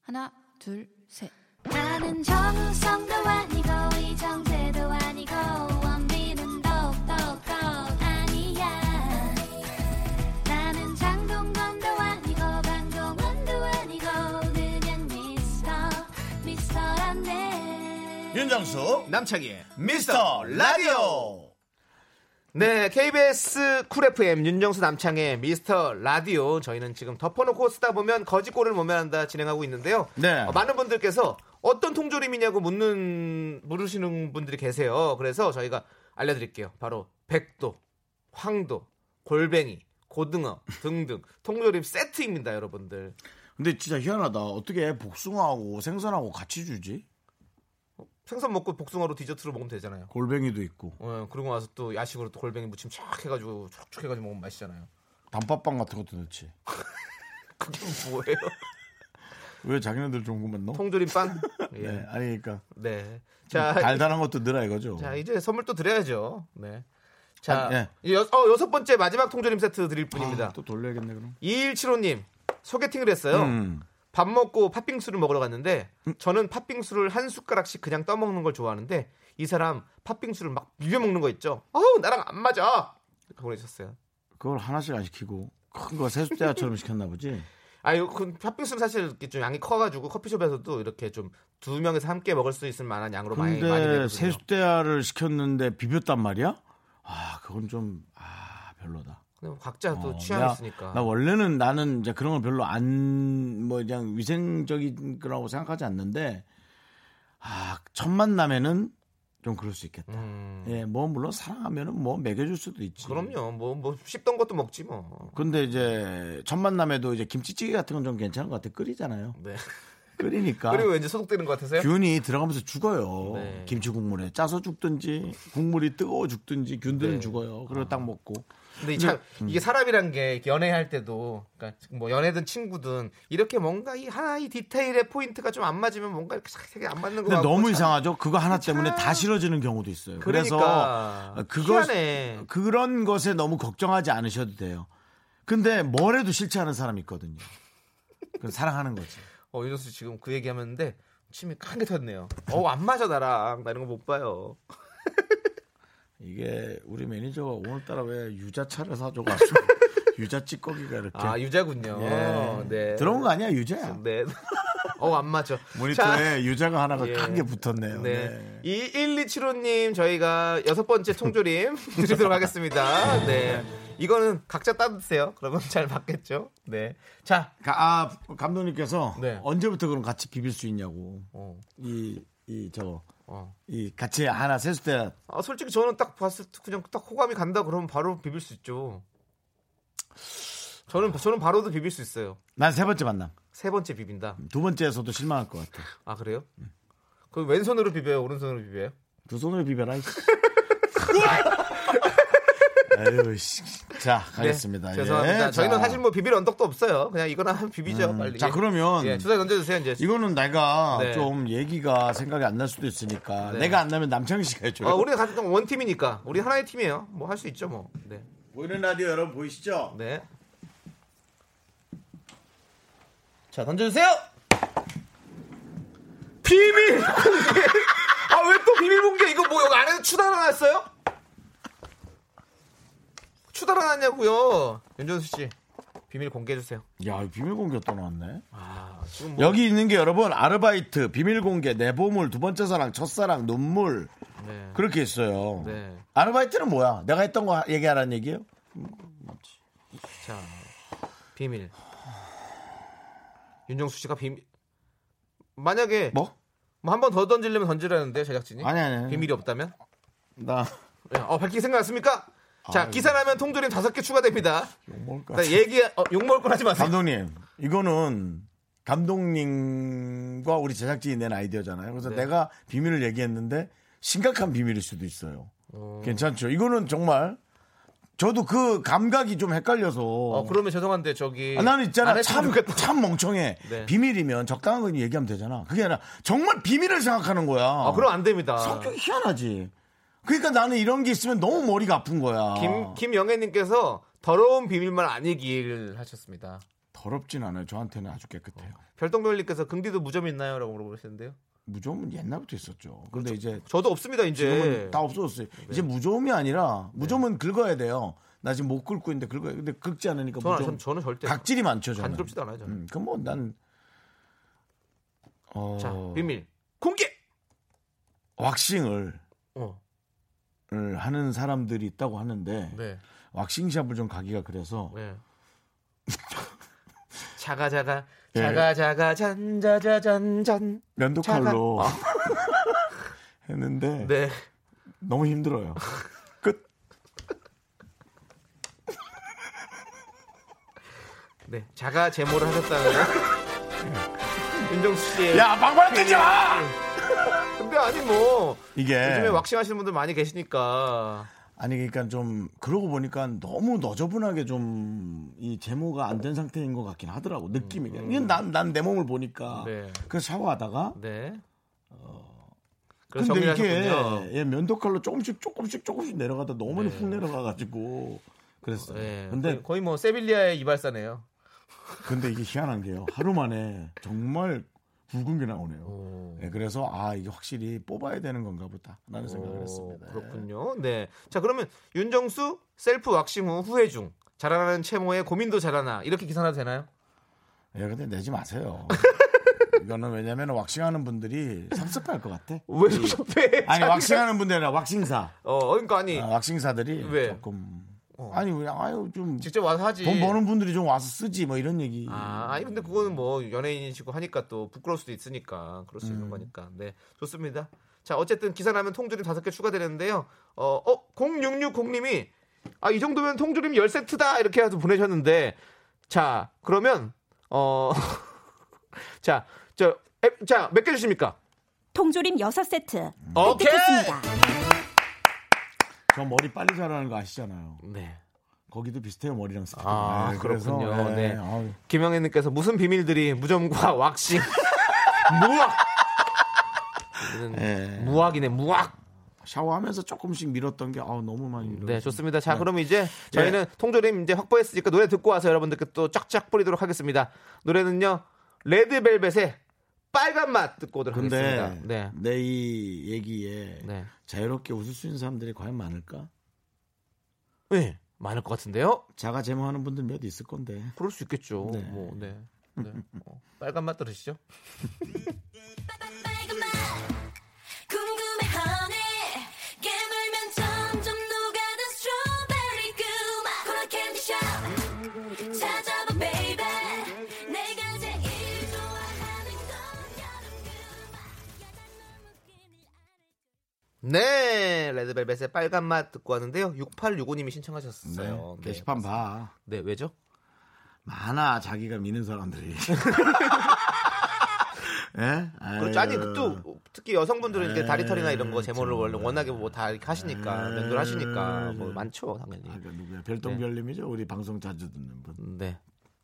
하나, 둘, 셋. 나는 정우성도 아니고 이정재도 아니고 원빈은 더욱더 아니야 나는 장동건도 아니고 방종원도 아니고 그냥 미스터 미스터란데 윤정수 남창희의 미스터 라디오. 네, KBS 쿨 FM 윤정수 남창의 미스터 라디오 저희는 지금 덮어놓고 쓰다 보면 거짓골을 모면한다 진행하고 있는데요. 네. 어, 많은 분들께서 어떤 통조림이냐고 묻는 물으시는 분들이 계세요. 그래서 저희가 알려드릴게요. 바로 백도, 황도, 골뱅이, 고등어 등등 통조림 세트입니다, 여러분들. 근데 진짜 희한하다. 어떻게 복숭아하고 생선하고 같이 주지? 생선 먹고 복숭아로 디저트로 먹으면 되잖아요. 골뱅이도 있고 어, 그러고 와서 또 야식으로 또 골뱅이 무침 촥 해가지고 촉촉 해가지고 먹으면 맛있잖아요. 단팥빵 같은 것도 넣지. 그게 뭐예요? 왜 자기네들 좋은 것만 넣어? 통조림 빵? 예. 네, 아니 그러니까 네. 좀 자, 달달한 것도 넣어라 이거죠. 자 이제 선물 또 드려야죠. 네. 자, 아, 네. 여, 어, 여섯 번째 마지막 통조림 세트 드릴 뿐입니다. 아, 또 돌려야겠네 그럼. 2175님 소개팅을 했어요. 음. 밥 먹고 팥빙수를 먹으러 갔는데 저는 팥빙수를 한 숟가락씩 그냥 떠먹는 걸 좋아하는데 이 사람 팥빙수를 막 비벼 먹는 거 있죠. 어우 나랑 안 맞아. 이렇게 보내셨어요. 그걸 하나씩 안 시키고 큰 거 세숫자처럼 시켰나 보지. 아유, 그 팥빙수는 사실 이렇게 좀 양이 커가지고 커피숍에서도 이렇게 좀 두 명이서 함께 먹을 수 있을 만한 양으로 많이 많이 근데 내거든요. 세숫대야를 시켰는데 비볐단 말이야? 아 그건 좀 아 별로다. 근데 뭐 각자 또 어, 취향이 나- 있으니까. 나 원래는 나는 이제 그런 걸 별로 안 뭐 그냥 위생적인 거라고 생각하지 않는데 아첫 만남에는 좀 그럴 수 있겠다. 음. 예, 뭐 물론 사랑하면은 뭐 먹여줄 수도 있지. 그럼요. 뭐, 뭐, 씹던 것도 먹지 뭐. 근데 이제 첫 만남에도 이제 김치찌개 같은 건 좀 괜찮은 것 같아. 끓이잖아요. 네. 끓이니까. 그리고 왠지 소독되는 것 같으세요? 균이 들어가면서 죽어요. 네. 김치 국물에 짜서 죽든지 국물이 뜨거워 죽든지 네. 균들은 죽어요. 아. 그리고 딱 먹고. 근데 참 음. 이게 사람이란 게 연애할 때도 그러니까 뭐 연애든 친구든 이렇게 뭔가 이 하나 이 디테일의 포인트가 좀 안 맞으면 뭔가 이렇게 싹 되게 안 맞는 거 근데 같고 너무 참- 이상하죠. 그거 하나 때문에 다 싫어지는 경우도 있어요. 그래서 그러니까. 그것 희한해. 그런 것에 너무 걱정하지 않으셔도 돼요. 근데 뭘 해도 싫지 않은 사람이 있거든요. 그건 사랑하는 거지. 어, 유정수 씨 지금 그 얘기하는데 침이 큰 게 터졌네요. 어, 안 맞아 나랑 나 이런 거 못 봐요. 이게 우리 매니저가 오늘따라 왜 유자차를 사줘가지고 유자 찌꺼기가 이렇게 아 유자군요. 예. 네. 들어온 거 아니야 유자야. 네. 어, 안 맞아. 모니터에 유자가 하나가 예. 큰 게 붙었네요. 네. 네. 이 127호님 저희가 여섯 번째 통조림 드리도록 하겠습니다. 네. 이거는 각자 따드세요. 그러면 잘 맞겠죠. 네. 자. 가- 아 감독님께서 네. 언제부터 그럼 같이 비빌 수 있냐고 어. 이 이 저이 어. 같이 하나 세수대 아, 솔직히 저는 딱 봤을 때 그냥 딱 호감이 간다 그러면 바로 비빌 수 있죠. 저는 저는 바로도 비빌 수 있어요. 난 세 번째 만남 세 번째 비빈다. 두 번째에서도 실망할 것 같아. 아 그래요? 그럼 왼손으로 비벼요, 오른손으로 비벼요? 네. 두 손으로 비벼라. 이씨. 아유 씨. 자 가겠습니다. 네, 죄송합니다. 예, 저희는 자. 음, 사실 뭐 비빌 언덕도 없어요. 그냥 이거나 한 비비죠, 빨리. 자 그러면 예, 주사 던져주세요 이제. 이거는 내가 네. 좀 얘기가 생각이 안 날 수도 있으니까 네. 내가 안 나면 남창희 씨가 해줘요. 아, 우리 같은 원 팀이니까 우리 하나의 팀이에요. 뭐 할 수 있죠, 뭐. 네. 보이는 라디오 여러분 보이시죠? 네. 자 던져주세요. 비밀 공개. 아 왜 또 비밀 공개? 이거 뭐 여기 안에서 추달아놨어요? 추달아놨냐고요, 윤정수 씨. 비밀 공개해 주세요. 야 비밀 공개 또 나왔네. 지금 뭐- 여기 있는 게 여러분 아르바이트, 비밀 공개, 내 보물, 두 번째 사랑, 첫사랑, 눈물 네. 그렇게 있어요. 네. 아르바이트는 뭐야? 내가 했던 거 얘기하라는 얘기예요? 자 비밀 윤정수 씨가 비밀 만약에 뭐? 뭐 한 번 더 던지려면 던지라는데 제작진이 아니, 아니, 아니. 네? 비밀이 없다면 나 예, 어 밝히기 생각났습니까? 자 기사라면 통조림 다섯 개 추가됩니다. 뭘까? 일단 얘기 어, 욕먹을 건 하지 마세요. 네. 감독님, 이거는 감독님과 우리 제작진이 낸 아이디어잖아요. 그래서 네. 내가 비밀을 얘기했는데 심각한 비밀일 수도 있어요. 괜찮죠? 이거는 정말 저도 그 감각이 좀 헷갈려서 어 그러면 죄송한데 저기 아, 나는 있잖아 안 했으면 참, 좋겠다. 참 멍청해 네. 비밀이면 적당한 건 얘기하면 되잖아 그게 아니라 정말 비밀을 생각하는 거야 아 그럼 안 됩니다. 성격이 희한하지 그러니까 나는 이런 게 있으면 너무 머리가 아픈 거야 김 김영애님께서 더러운 비밀만 아니길 하셨습니다. 더럽진 않아요 저한테는 아주 깨끗해요 어. 별똥별님께서 긍디도 무점 있나요?라고 물어보시는데요. 무좀은 옛날부터 있었죠 근데 그렇죠. 이제 저도 없습니다 지금은 이제. 다 없어졌어요 네. 이제 무좀이 아니라 무좀은 긁어야 돼요 나 지금 못 긁고 있는데 긁어야 근데 긁지 않으니까 저는, 무좀 저는, 저는 절대 각질이 많죠 저는 간지럽지도 않아요 저는. 음, 그럼 뭐난 어, 자 비밀 공개. 왁싱을 어. 을 하는 사람들이 있다고 하는데 네. 왁싱샵을 좀 가기가 그래서 네. 자가 자가 예. 자가 자가 잔자자잔잔. 면도칼로 했는데 네. 너무 힘들어요. 끝. 네. 자가 제모를 하셨다는. 윤정수 씨. 야 방방 뜨지 마. 근데 아니 뭐 이게 요즘에 왁싱 하시는 분들 많이 계시니까. 아니 그러니까 좀 그러고 보니까 너무 너저분하게 좀 이 제모가 안 된 상태인 것 같긴 하더라고 느낌이. 이건 난난 내 몸을 보니까 음. 네. 그래서 샤워하다가 네. 어, 그래서 근데 정리를 이게 하셨군요. 예, 면도칼로 조금씩 조금씩 조금씩 내려가다 너무 네. 훅 내려가가지고 그랬어요. 네. 근데 거의 뭐 세빌리아의 이발사네요. 근데 이게 희한한 게요. 하루 만에 정말 굵은 게 나오네요. 예, 그래서 아 이게 확실히 뽑아야 되는 건가 보다라는 생각을 오, 했습니다. 그렇군요. 네. 자, 그러면 윤정수 셀프 왁싱 후 후회 중. 자라나는 채모에 고민도 자라나. 이렇게 기사나도 되나요? 예, 근데 내지 마세요. 이거는 왜냐면 왁싱하는 분들이 섭섭할 것 같아. 왜 네. 섭섭해? 아니 왁싱하는 분들이 아니라 왁싱사, 어, 그러니까 아니. 아, 왁싱사들이 왜? 조금 아니 그냥 아유 좀 돈 직접 와서 하지. 버는 분들이 좀 와서 쓰지 뭐 이런 얘기. 음. 아, 아니 근데 그거는 뭐 연예인이시고 하니까 또 부끄러울 수도 있으니까 그럴 수 음. 있는 거니까. 네. 좋습니다. 자, 어쨌든 기사 나면 통조림 다섯 개 추가되는데요. 어, 어 0660님이 아, 이 정도면 통조림 10세트다. 이렇게 해서 보내셨는데 자, 그러면 어 자, 저, 자, 몇 개 주십니까? 통조림 6세트. 네, 오케이. 획득했습니다. 저 머리 빨리 자라는 거 아시잖아요. 네. 거기도 비슷해요 머리랑 스타일. 아, 네, 그래서, 그렇군요. 네, 네. 아우, 김영애님께서 무슨 비밀들이 무좀과 왁싱, 무악. 이런 네. 무악이네, 무악. 샤워하면서 조금씩 밀었던 게 아우, 너무 많이. 밀었어요. 네, 좋습니다. 자, 그럼 이제 저희는 네. 통조림 이제 확보했으니까 노래 듣고 와서 여러분들께 또 쫙쫙 뿌리도록 하겠습니다. 노래는요, 레드벨벳의 빨간 맛 듣고 오도록 근데 하겠습니다. 네. 내 이 얘기에 네. 자유롭게 웃을 수 있는 사람들이 과연 많을까? 네, 많을 것 같은데요? 자가 제모하는 분들 몇 있을 건데. 그럴 수 있겠죠. 네. 뭐, 네. 네. 어, 빨간 맛 들으시죠? 궁금해하네 깨물면 점점 녹아든 스트로베리 그 콜라 캔디 샵 찾아봐 베이베 내가 제일 좋아하는 건 여름 그 네, 레드벨벳의 빨간 맛 듣고 왔는데요. 6865님이 신청하셨어요. 네, 게시판 봐. 네, 왜죠? 많아 자기가 미는 사람들이. 예? 그렇죠. 아니, 아유. 또 특히 여성분들은 네. 이제 다리털이나 이런 거 제모를 정말. 원래 워낙에 뭐 다 이렇게 하시니까 에이, 면도를 하시니까 뭐 그렇죠. 네. 많죠, 당연히. 아, 그 누구야? 별똥별님이죠. 우리 방송 자주 듣는 분. 네,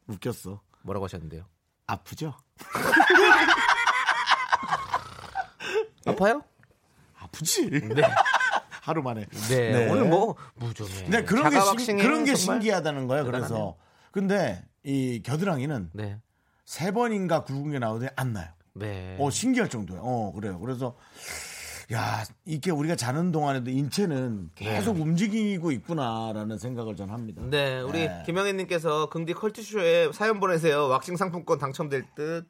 웃겼어. 뭐라고 하셨는데요? 아프죠? 어? 아파요? 아프지. 네. 하루 만에. 네, 네. 오늘 뭐 무좀해. 근데 네, 그런 게 신- 자가왁싱이 그런 게 정말- 신기하다는 거예요. 그래서 근데 이 겨드랑이는 네, 세 번인가 굵은 게 나오는데 안 나요. 네. 어 신기할 정도예요. 어 그래요. 그래서 야 이게 우리가 자는 동안에도 인체는 계속 움직이고 있구나라는 생각을 전 합니다. 네, 우리 네. 김영애님께서 긍디 컬투쇼에 사연 보내세요. 왁싱 상품권 당첨될 듯.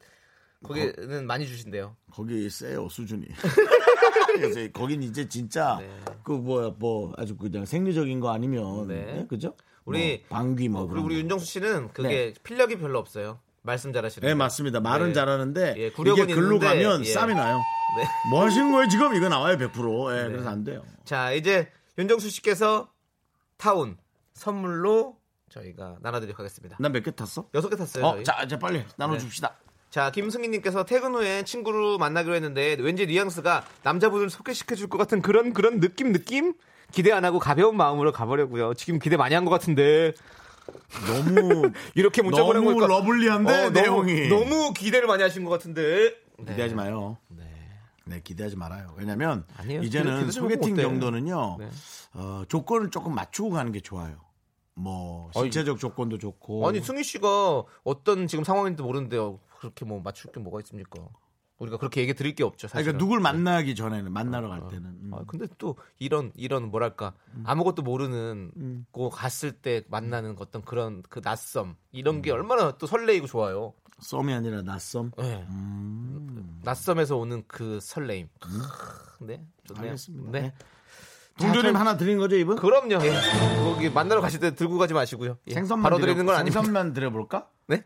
거기는 많이 주신대요. 거기 세요 수준이. 그래서 거긴 이제 진짜 그 뭐야 뭐 아주 그냥 생리적인 거 아니면 네. 네, 그죠? 우리- 어, 뭐 방귀 뭐 그리고 그런 우리 거. 윤정수 씨는 그게 필력이 별로 없어요. 말씀 잘하시는. 네 거. 맞습니다. 말은 네. 잘하는데 예, 이게 구력은 글로 있는데, 가면 예. 쌈이 나요. 네. 뭐 하시는 거예요 지금 이거 나와요 100%. 예, 그래서 안 돼요. 자, 이제 윤정수 씨께서 타운 선물로 저희가 나눠드리도록 하겠습니다. 난 몇 개 탔어? 여섯 개 탔어요. 어, 네, 저희. 네. 자 이제 빨리 나눠줍시다. 자, 김승희님께서 퇴근 후에 친구를 만나기로 했는데 왠지 뉘앙스가 남자분을 소개시켜줄 것 같은 그런 그런 느낌 느낌 기대 안 하고 가벼운 마음으로 가보려고요. 지금 기대 많이 한 것 같은데 너무 이렇게 문자 보낸 어, 너무 거니까 어, 러블리한데 내용이 너무, 너무 기대를 많이 하신 것 같은데. 기대하지 마요. 네. 기대하지 말아요. 왜냐면 아니에요. 기대- 이제는 기대 좀 소개팅 해보면 어때요? 정도는요. 네. 어, 조건을 조금 맞추고 가는 게 좋아요. 뭐 신체적 조건도 좋고 아니 승희 씨가 어떤 지금 상황인지 모르는데 그렇게 뭐 맞출 게 뭐가 있습니까? 우리가 그렇게 얘기 드릴 게 없죠. 아니, 사실은. 그러니까 누굴 만나기 전에는 만나러 갈 때는 음. 아, 근데 또 이런 이런 뭐랄까 아무것도 모르는 음. 고 갔을 때 만나는 어떤 그런 그 낯섦 이런 음. 게 얼마나 또 설레이고 좋아요. 썸이 아니라 낯섦. 네. 음. 낯섦에서 오는 그 설레임. 크, 네, 좋네요. 알겠습니다. 네. 동조님 자, 하나 드린 거죠 이분? 그럼요. 예. 거기 만나러 가실 때 들고 가지 마시고요. 예. 생선만 바로 드려- 드리는 건 아니면 생선만 드려볼까? 네?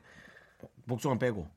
복숭아 빼고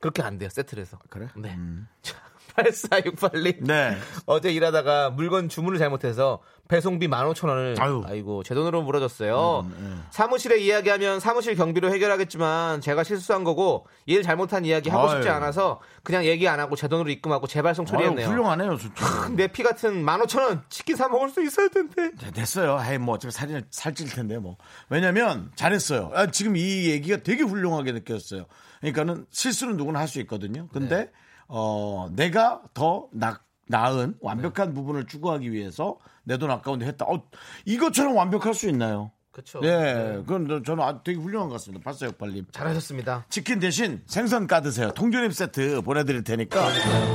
그렇게 안 돼요. 세트에서. 아, 그래? 음. 네. 8468님. 네. 어제 일하다가 물건 주문을 잘못해서 배송비 15,000원을 아유. 음, 아이고 제 돈으로 물어줬어요. 사무실에 이야기하면 사무실 경비로 해결하겠지만 제가 실수한 거고 일 잘못한 이야기 하고 싶지 아유. 않아서 그냥 얘기 안 하고 제 돈으로 입금하고 재발송 아유, 처리했네요. 훌륭하네요 진짜. 내 피 같은 15,000원 치킨 사 먹을 수 있어야 텐데. 네, 됐어요. 아이 뭐 어차피 살이 살찔 텐데 뭐. 왜냐면 잘했어요. 아, 지금 이 얘기가 되게 훌륭하게 느꼈어요. 그러니까는 실수는 누구나 할 수 있거든요. 근데 어 내가 더 나, 나은 완벽한 부분을 추구하기 위해서 내 돈 아까운데 했다. 어 이것처럼 완벽할 수 있나요? 그렇죠. 네, 그건 저는 아주 되게 훌륭한 것 같습니다. 팔사육팔님. 잘하셨습니다. 치킨 대신 생선 까드세요. 통조림 세트 보내드릴 테니까.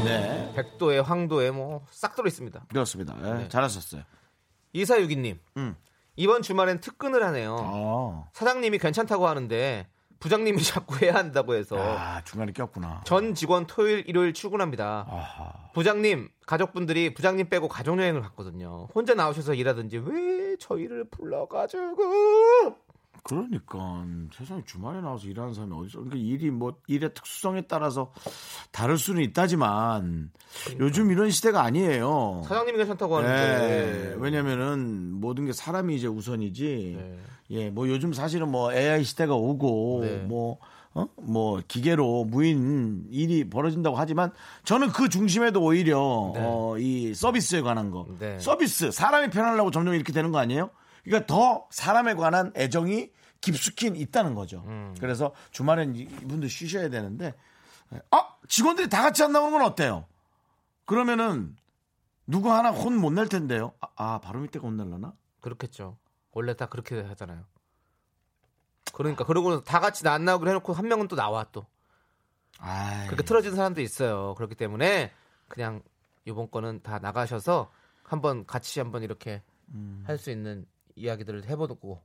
네, 백도에 황도에 뭐 싹 들어 있습니다. 그렇습니다. 예, 잘하셨어요. 2462님. 이번 주말엔 특근을 하네요. 음. 아, 사장님이 괜찮다고 하는데 부장님이 자꾸 해야 한다고 해서 아 중간에 꼈구나. 전 직원 토요일 일요일 출근합니다. 아. 부장님 가족분들이 부장님 빼고 가족 여행을 갔거든요. 혼자 나오셔서 일하든지 왜 저희를 불러가지고 그러니까 세상에 주말에 나와서 일하는 사람이 어디서 그러니까 일이 뭐 일의 특수성에 따라서 다를 수는 있다지만 요즘 이런 시대가 아니에요. 사장님이 괜찮다고 예, 하는데 왜냐면은 모든 게 사람이 이제 우선이지. 예, 뭐 요즘 사실은 뭐 AI 시대가 오고 네. 네. 뭐 어? 뭐 기계로 무인 일이 벌어진다고 하지만 저는 그 중심에도 오히려 어, 이 서비스에 관한 거 네. 서비스 사람이 편하려고 점점 이렇게 되는 거 아니에요? 그러니까 더 사람에 관한 애정이 깊숙인 있다는 거죠. 음. 그래서 주말엔 이- 이분들 쉬셔야 되는데 아 직원들이 다 같이 안 나오는 건 어때요? 그러면은 누구 하나 혼 못 낼 텐데요. 아, 아, 바로 밑에가 혼날라나? 그렇겠죠. 원래 다 그렇게 하잖아요. 그러니까 그러고 다 같이 나안 나오기로 해놓고 한 명은 또 나와 또 아, 그렇게 틀어진 사람도 있어요. 그렇기 때문에 그냥 이번 거는 다 나가셔서 한번 같이 한번 이렇게 음. 할 수 있는 이야기들을 해보고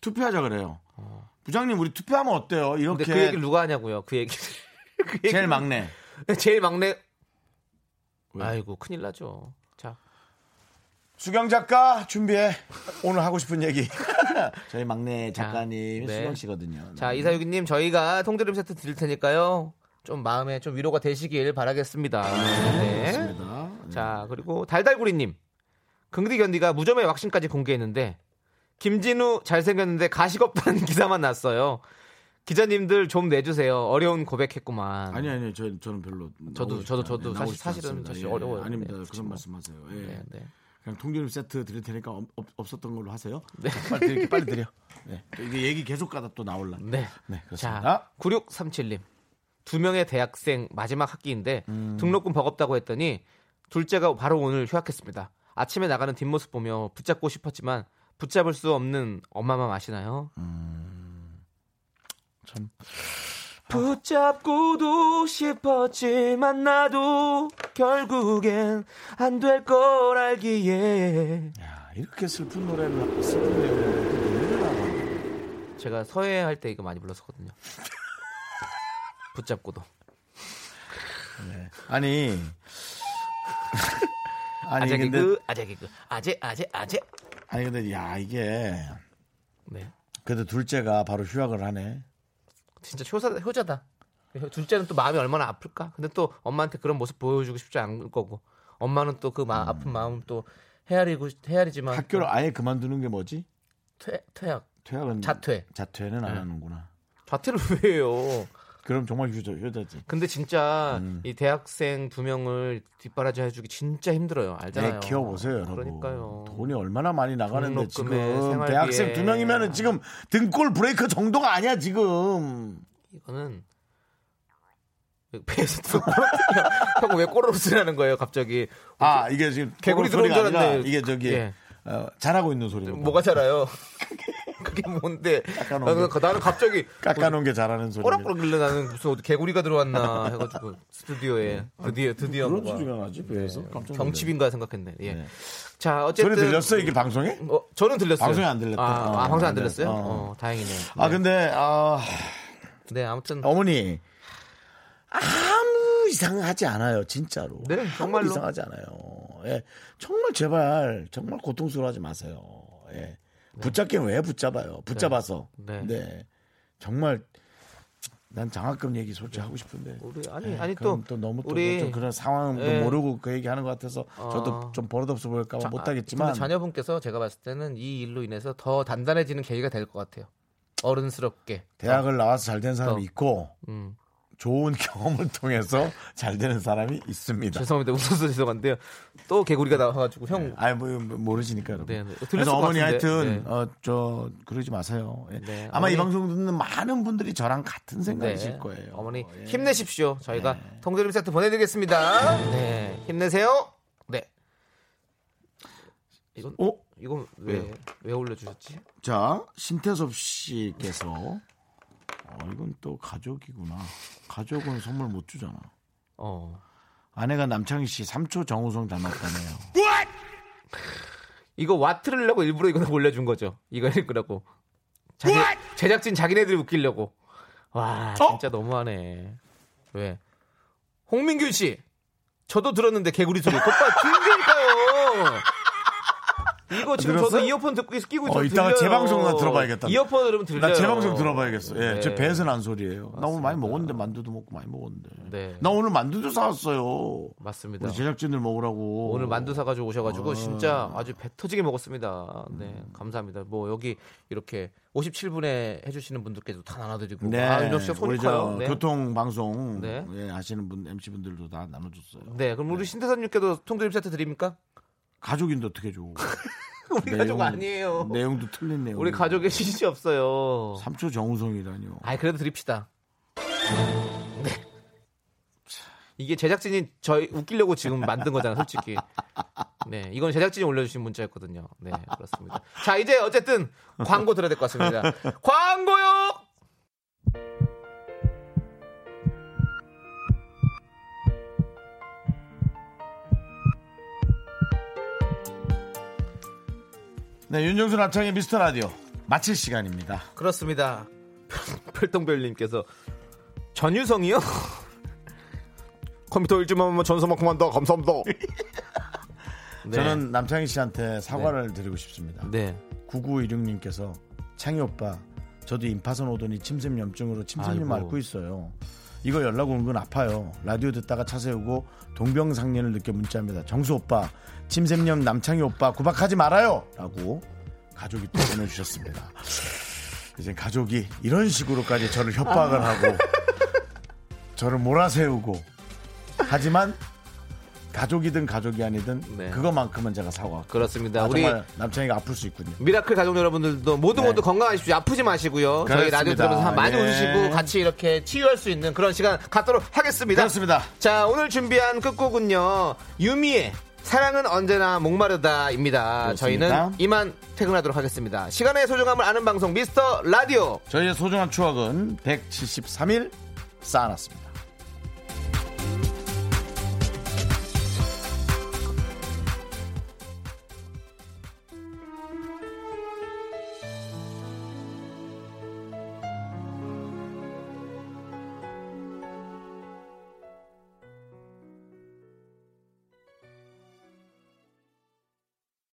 투표하자 그래요. 부장님 우리 투표하면 어때요? 어. 근데 이렇게 그 얘기를 누가 하냐고요. 그 얘기를 그 얘기를- 제일 막내. 제일 막내 왜? 아이고 큰일 나죠. 자 수경 작가 준비해. 오늘 하고 싶은 얘기. 저희 막내 작가님 자, 네. 수경 씨거든요. 자, 이사유기님, 저희가 통조림 세트 드릴 테니까요. 좀 마음에 좀 위로가 되시길 바라겠습니다. 네. 그렇습니다. 자, 그리고 달달구리님. 긍디 견디가 무좀의 왁싱까지 공개했는데, 김진우 잘생겼는데 가식 없다는 기사만 났어요. 기자님들 좀 내주세요. 어려운 고백했구만. 아니 아니요. 저, 저는 별로 나오고 저도, 싶지 저도, 저도 않아요. 사실- 나오고 싶지 사실은 않습니다. 사실 예, 어려워요. 아닙니다. 네, 그런 뭐. 말씀하세요. 예. 네, 네. 그냥 통조림 세트 드릴 테니까 없, 었던 걸로 하세요. 네. 자, 빨리 드릴게 빨리 드려. 네. 또 이게 얘기 계속 가다 또 나올라. 네. 네, 자, 그렇습니다. 9637님. 두 명의 대학생 마지막 학기인데 음. 등록금 버겁다고 했더니 둘째가 바로 오늘 휴학했습니다. 아침에 나가는 뒷모습 보며 붙잡고 싶었지만 붙잡을 수 없는 엄마만 아시나요? 음. 참. 붙잡고도 싶었지만 나도 결국엔 안 될 걸 알기에 야, 이렇게 슬픈 노래를 슬픈 내용을 하고 제가 서예할 때 이거 많이 불렀었거든요. 붙잡고도 아니 아니 아재 근데 개그 아재 개그 아재 아재 아재 아니 근데 야 이게 네 그래도 둘째가 바로 휴학을 하네. 진짜 효자, 효자다. 둘째는 또 마음이 얼마나 아플까? 근데 또 엄마한테 그런 모습 보여주고 싶지 않을 거고 엄마는 또 그 아픈 마음 또 헤아리고 헤아리지만 학교를 아예 그만두는 게 뭐지? 또 퇴, 퇴학 퇴학은 자퇴 네. 자퇴는 안 하는구나. 자퇴를 왜 해요? 그럼 정말 휴자 휴자지. 근데 진짜 음. 이 대학생 두 명을 뒷바라지 해주기 진짜 힘들어요. 애 알잖아요. 키워 보세요, 네, 여러분. 그러니까요. 돈이 얼마나 많이 나가는데 등록금에, 지금 생활비에. 대학생 두 명이면은 지금 등골 브레이크 정도가 아니야 지금. 이거는 배에서 형왜 꼬르르 쓰라는 거예요, 갑자기? 아 이게 지금 개구리 소리가 들어온 줄 아니라 알았네. 이게 저기 예. 어, 잘하고 있는 소리. 뭐가 잘아요? 그게 뭔데? 깎아놓은 나는, 나는 갑자기 깎아놓은 게 잘하는 소리. 꼬락꼬락길래 나는 무슨 어디 개구리가 들어왔나 해가지고 스튜디오에 드디어 드디어 네. 그런 뭐가 소리가 나지 배에서 깜짝 놀랐네. 경칩인가 생각했네. 예. 네. 자 어쨌든 소리 들렸어 이게 방송에? 어, 저는 들렸어요. 방송에 안 들렸다. 아, 어, 아, 방송 안 안 들렸어. 들렸어요? 어. 어, 다행이네요. 아 네. 근데 아 네 아무튼 어머니 아무 이상하지 않아요 진짜로 네, 정말로. 아무 이상하지 않아요 예 정말 제발 정말 고통스러워하지 마세요 예 붙잡기는 왜 붙잡아요 붙잡아서 네. 네, 정말 난 장학금 얘기 솔직히 하고 싶은데 우리 네. 아니 예, 아니 그럼 또, 또 너무 또 우리 좀 그런 상황도 예. 모르고 그 얘기하는 것 같아서 저도 어. 좀 버릇없어 보일까 봐 자, 아, 못하겠지만 근데 자녀분께서 제가 봤을 때는 이 일로 인해서 더 단단해지는 계기가 될 것 같아요. 어른스럽게 대학을 나와서 잘 된 사람이 또. 있고 음. 좋은 경험을 통해서 잘 되는 사람이 있습니다. 죄송합니다 웃어서 죄송한데요. 또 개구리가 나와가지고 형 아이 뭐 모르시니까 여러분. 네, 네. 들렸을 그래서 것 어머니 같은데. 하여튼 네. 어, 저 그러지 마세요. 예. 네, 아마 어머니. 이 방송 듣는 많은 분들이 저랑 같은 생각이실 네. 거예요. 어머니 예. 힘내십시오. 저희가 통조림 세트 보내드리겠습니다. 네, 힘내세요. 네. 이건 어? 이건 왜 왜 왜요? 올려주셨지? 자 신태섭 씨께서 어, 이건 또 가족이구나. 가족은 선물 못 주잖아. 어. 아내가 남창희 씨 3초 정우성 닮았다네요. 이거 와트를 내고 일부러 이거 올려준 거죠. 이거 읽으라고. 자기, 제작진 자기네들이 웃기려고. 와 진짜 너무하네. 왜? 홍민규 씨. 저도 들었는데 개구리 소리. 오빠 들리니까요. 이거 지금 들었어요? 저도 이어폰 듣고 계속 끼고 어, 있어요. 이따가 제 방송나 들어봐야겠다. 이어폰 들으면 들려요. 나 제 방송 들어봐야겠어. 예, 네. 제 배에서 난 소리예요. 나 오늘 많이 먹었는데 만두도 먹고 많이 먹었는데. 네. 나 오늘 만두도 사왔어요. 맞습니다. 우리 제작진들 먹으라고. 오늘 만두 사가지고 오셔가지고 진짜 아주 배 터지게 먹었습니다. 네, 감사합니다. 뭐 여기 이렇게 57분에 해주시는 분들께도 다 나눠드리고. 네. 아, 윤정 씨가 손이 우리 저 커요. 네. 교통 방송 네. 예, 아시는 분 MC 분들도 다 나눠줬어요. 네, 그럼 우리 신대선님께도 통조림 세트 드립니까? 가족인데 어떻게 줘? 네. 우리 가족 아니에요. 내용도 틀린 내용. 우리 가족에 시시 없어요. 삼초 정우성이라뇨. 아이 그래도 드립시다. 네. 이게 제작진이 저희 웃기려고 지금 만든 거잖아, 솔직히. 네, 이건 제작진이 올려주신 문자였거든요. 네, 그렇습니다. 자, 이제 어쨌든 광고 들어야 될 것 같습니다. 광고요. 네, 윤정수 남창의 미스터 라디오 마칠 시간입니다. 그렇습니다. 펠똥별님께서 전유성이요? 컴퓨터 일주만 전서만 그만둬 감사합니다. 네. 저는 남창희 씨한테 사과를 드리고 싶습니다. 네. 9916님께서 창희 오빠 저도 임파선 오더니 침샘염증으로 침샘염 아이고. 앓고 있어요. 이거 연락 오는 건 아파요. 라디오 듣다가 차 세우고 동병상련을 느껴 문자합니다. 정수 오빠, 침샘염 남창희 오빠 구박하지 말아요. 라고 가족이 또 보내주셨습니다. 이제 가족이 이런 식으로까지 저를 협박을 하고 저를 몰아세우고 하지만 가족이든 가족이 아니든 네. 그거만큼은 제가 사과. 그렇습니다. 아, 우리 정말 남창이가 아플 수 있군요. 미라클 가족 여러분들도 모두 모두 건강하십시오. 아프지 마시고요. 저희 네. 그렇습니다. 라디오 들으면서 많이 예. 웃으시고 같이 이렇게 치유할 수 있는 그런 시간 갖도록 하겠습니다. 그렇습니다. 자, 오늘 준비한 끝곡은요. 유미의 사랑은 언제나 목마르다입니다. 그렇습니다. 저희는 이만 퇴근하도록 하겠습니다. 시간의 소중함을 아는 방송 미스터 라디오. 저희의 소중한 추억은 173일 쌓아놨습니다.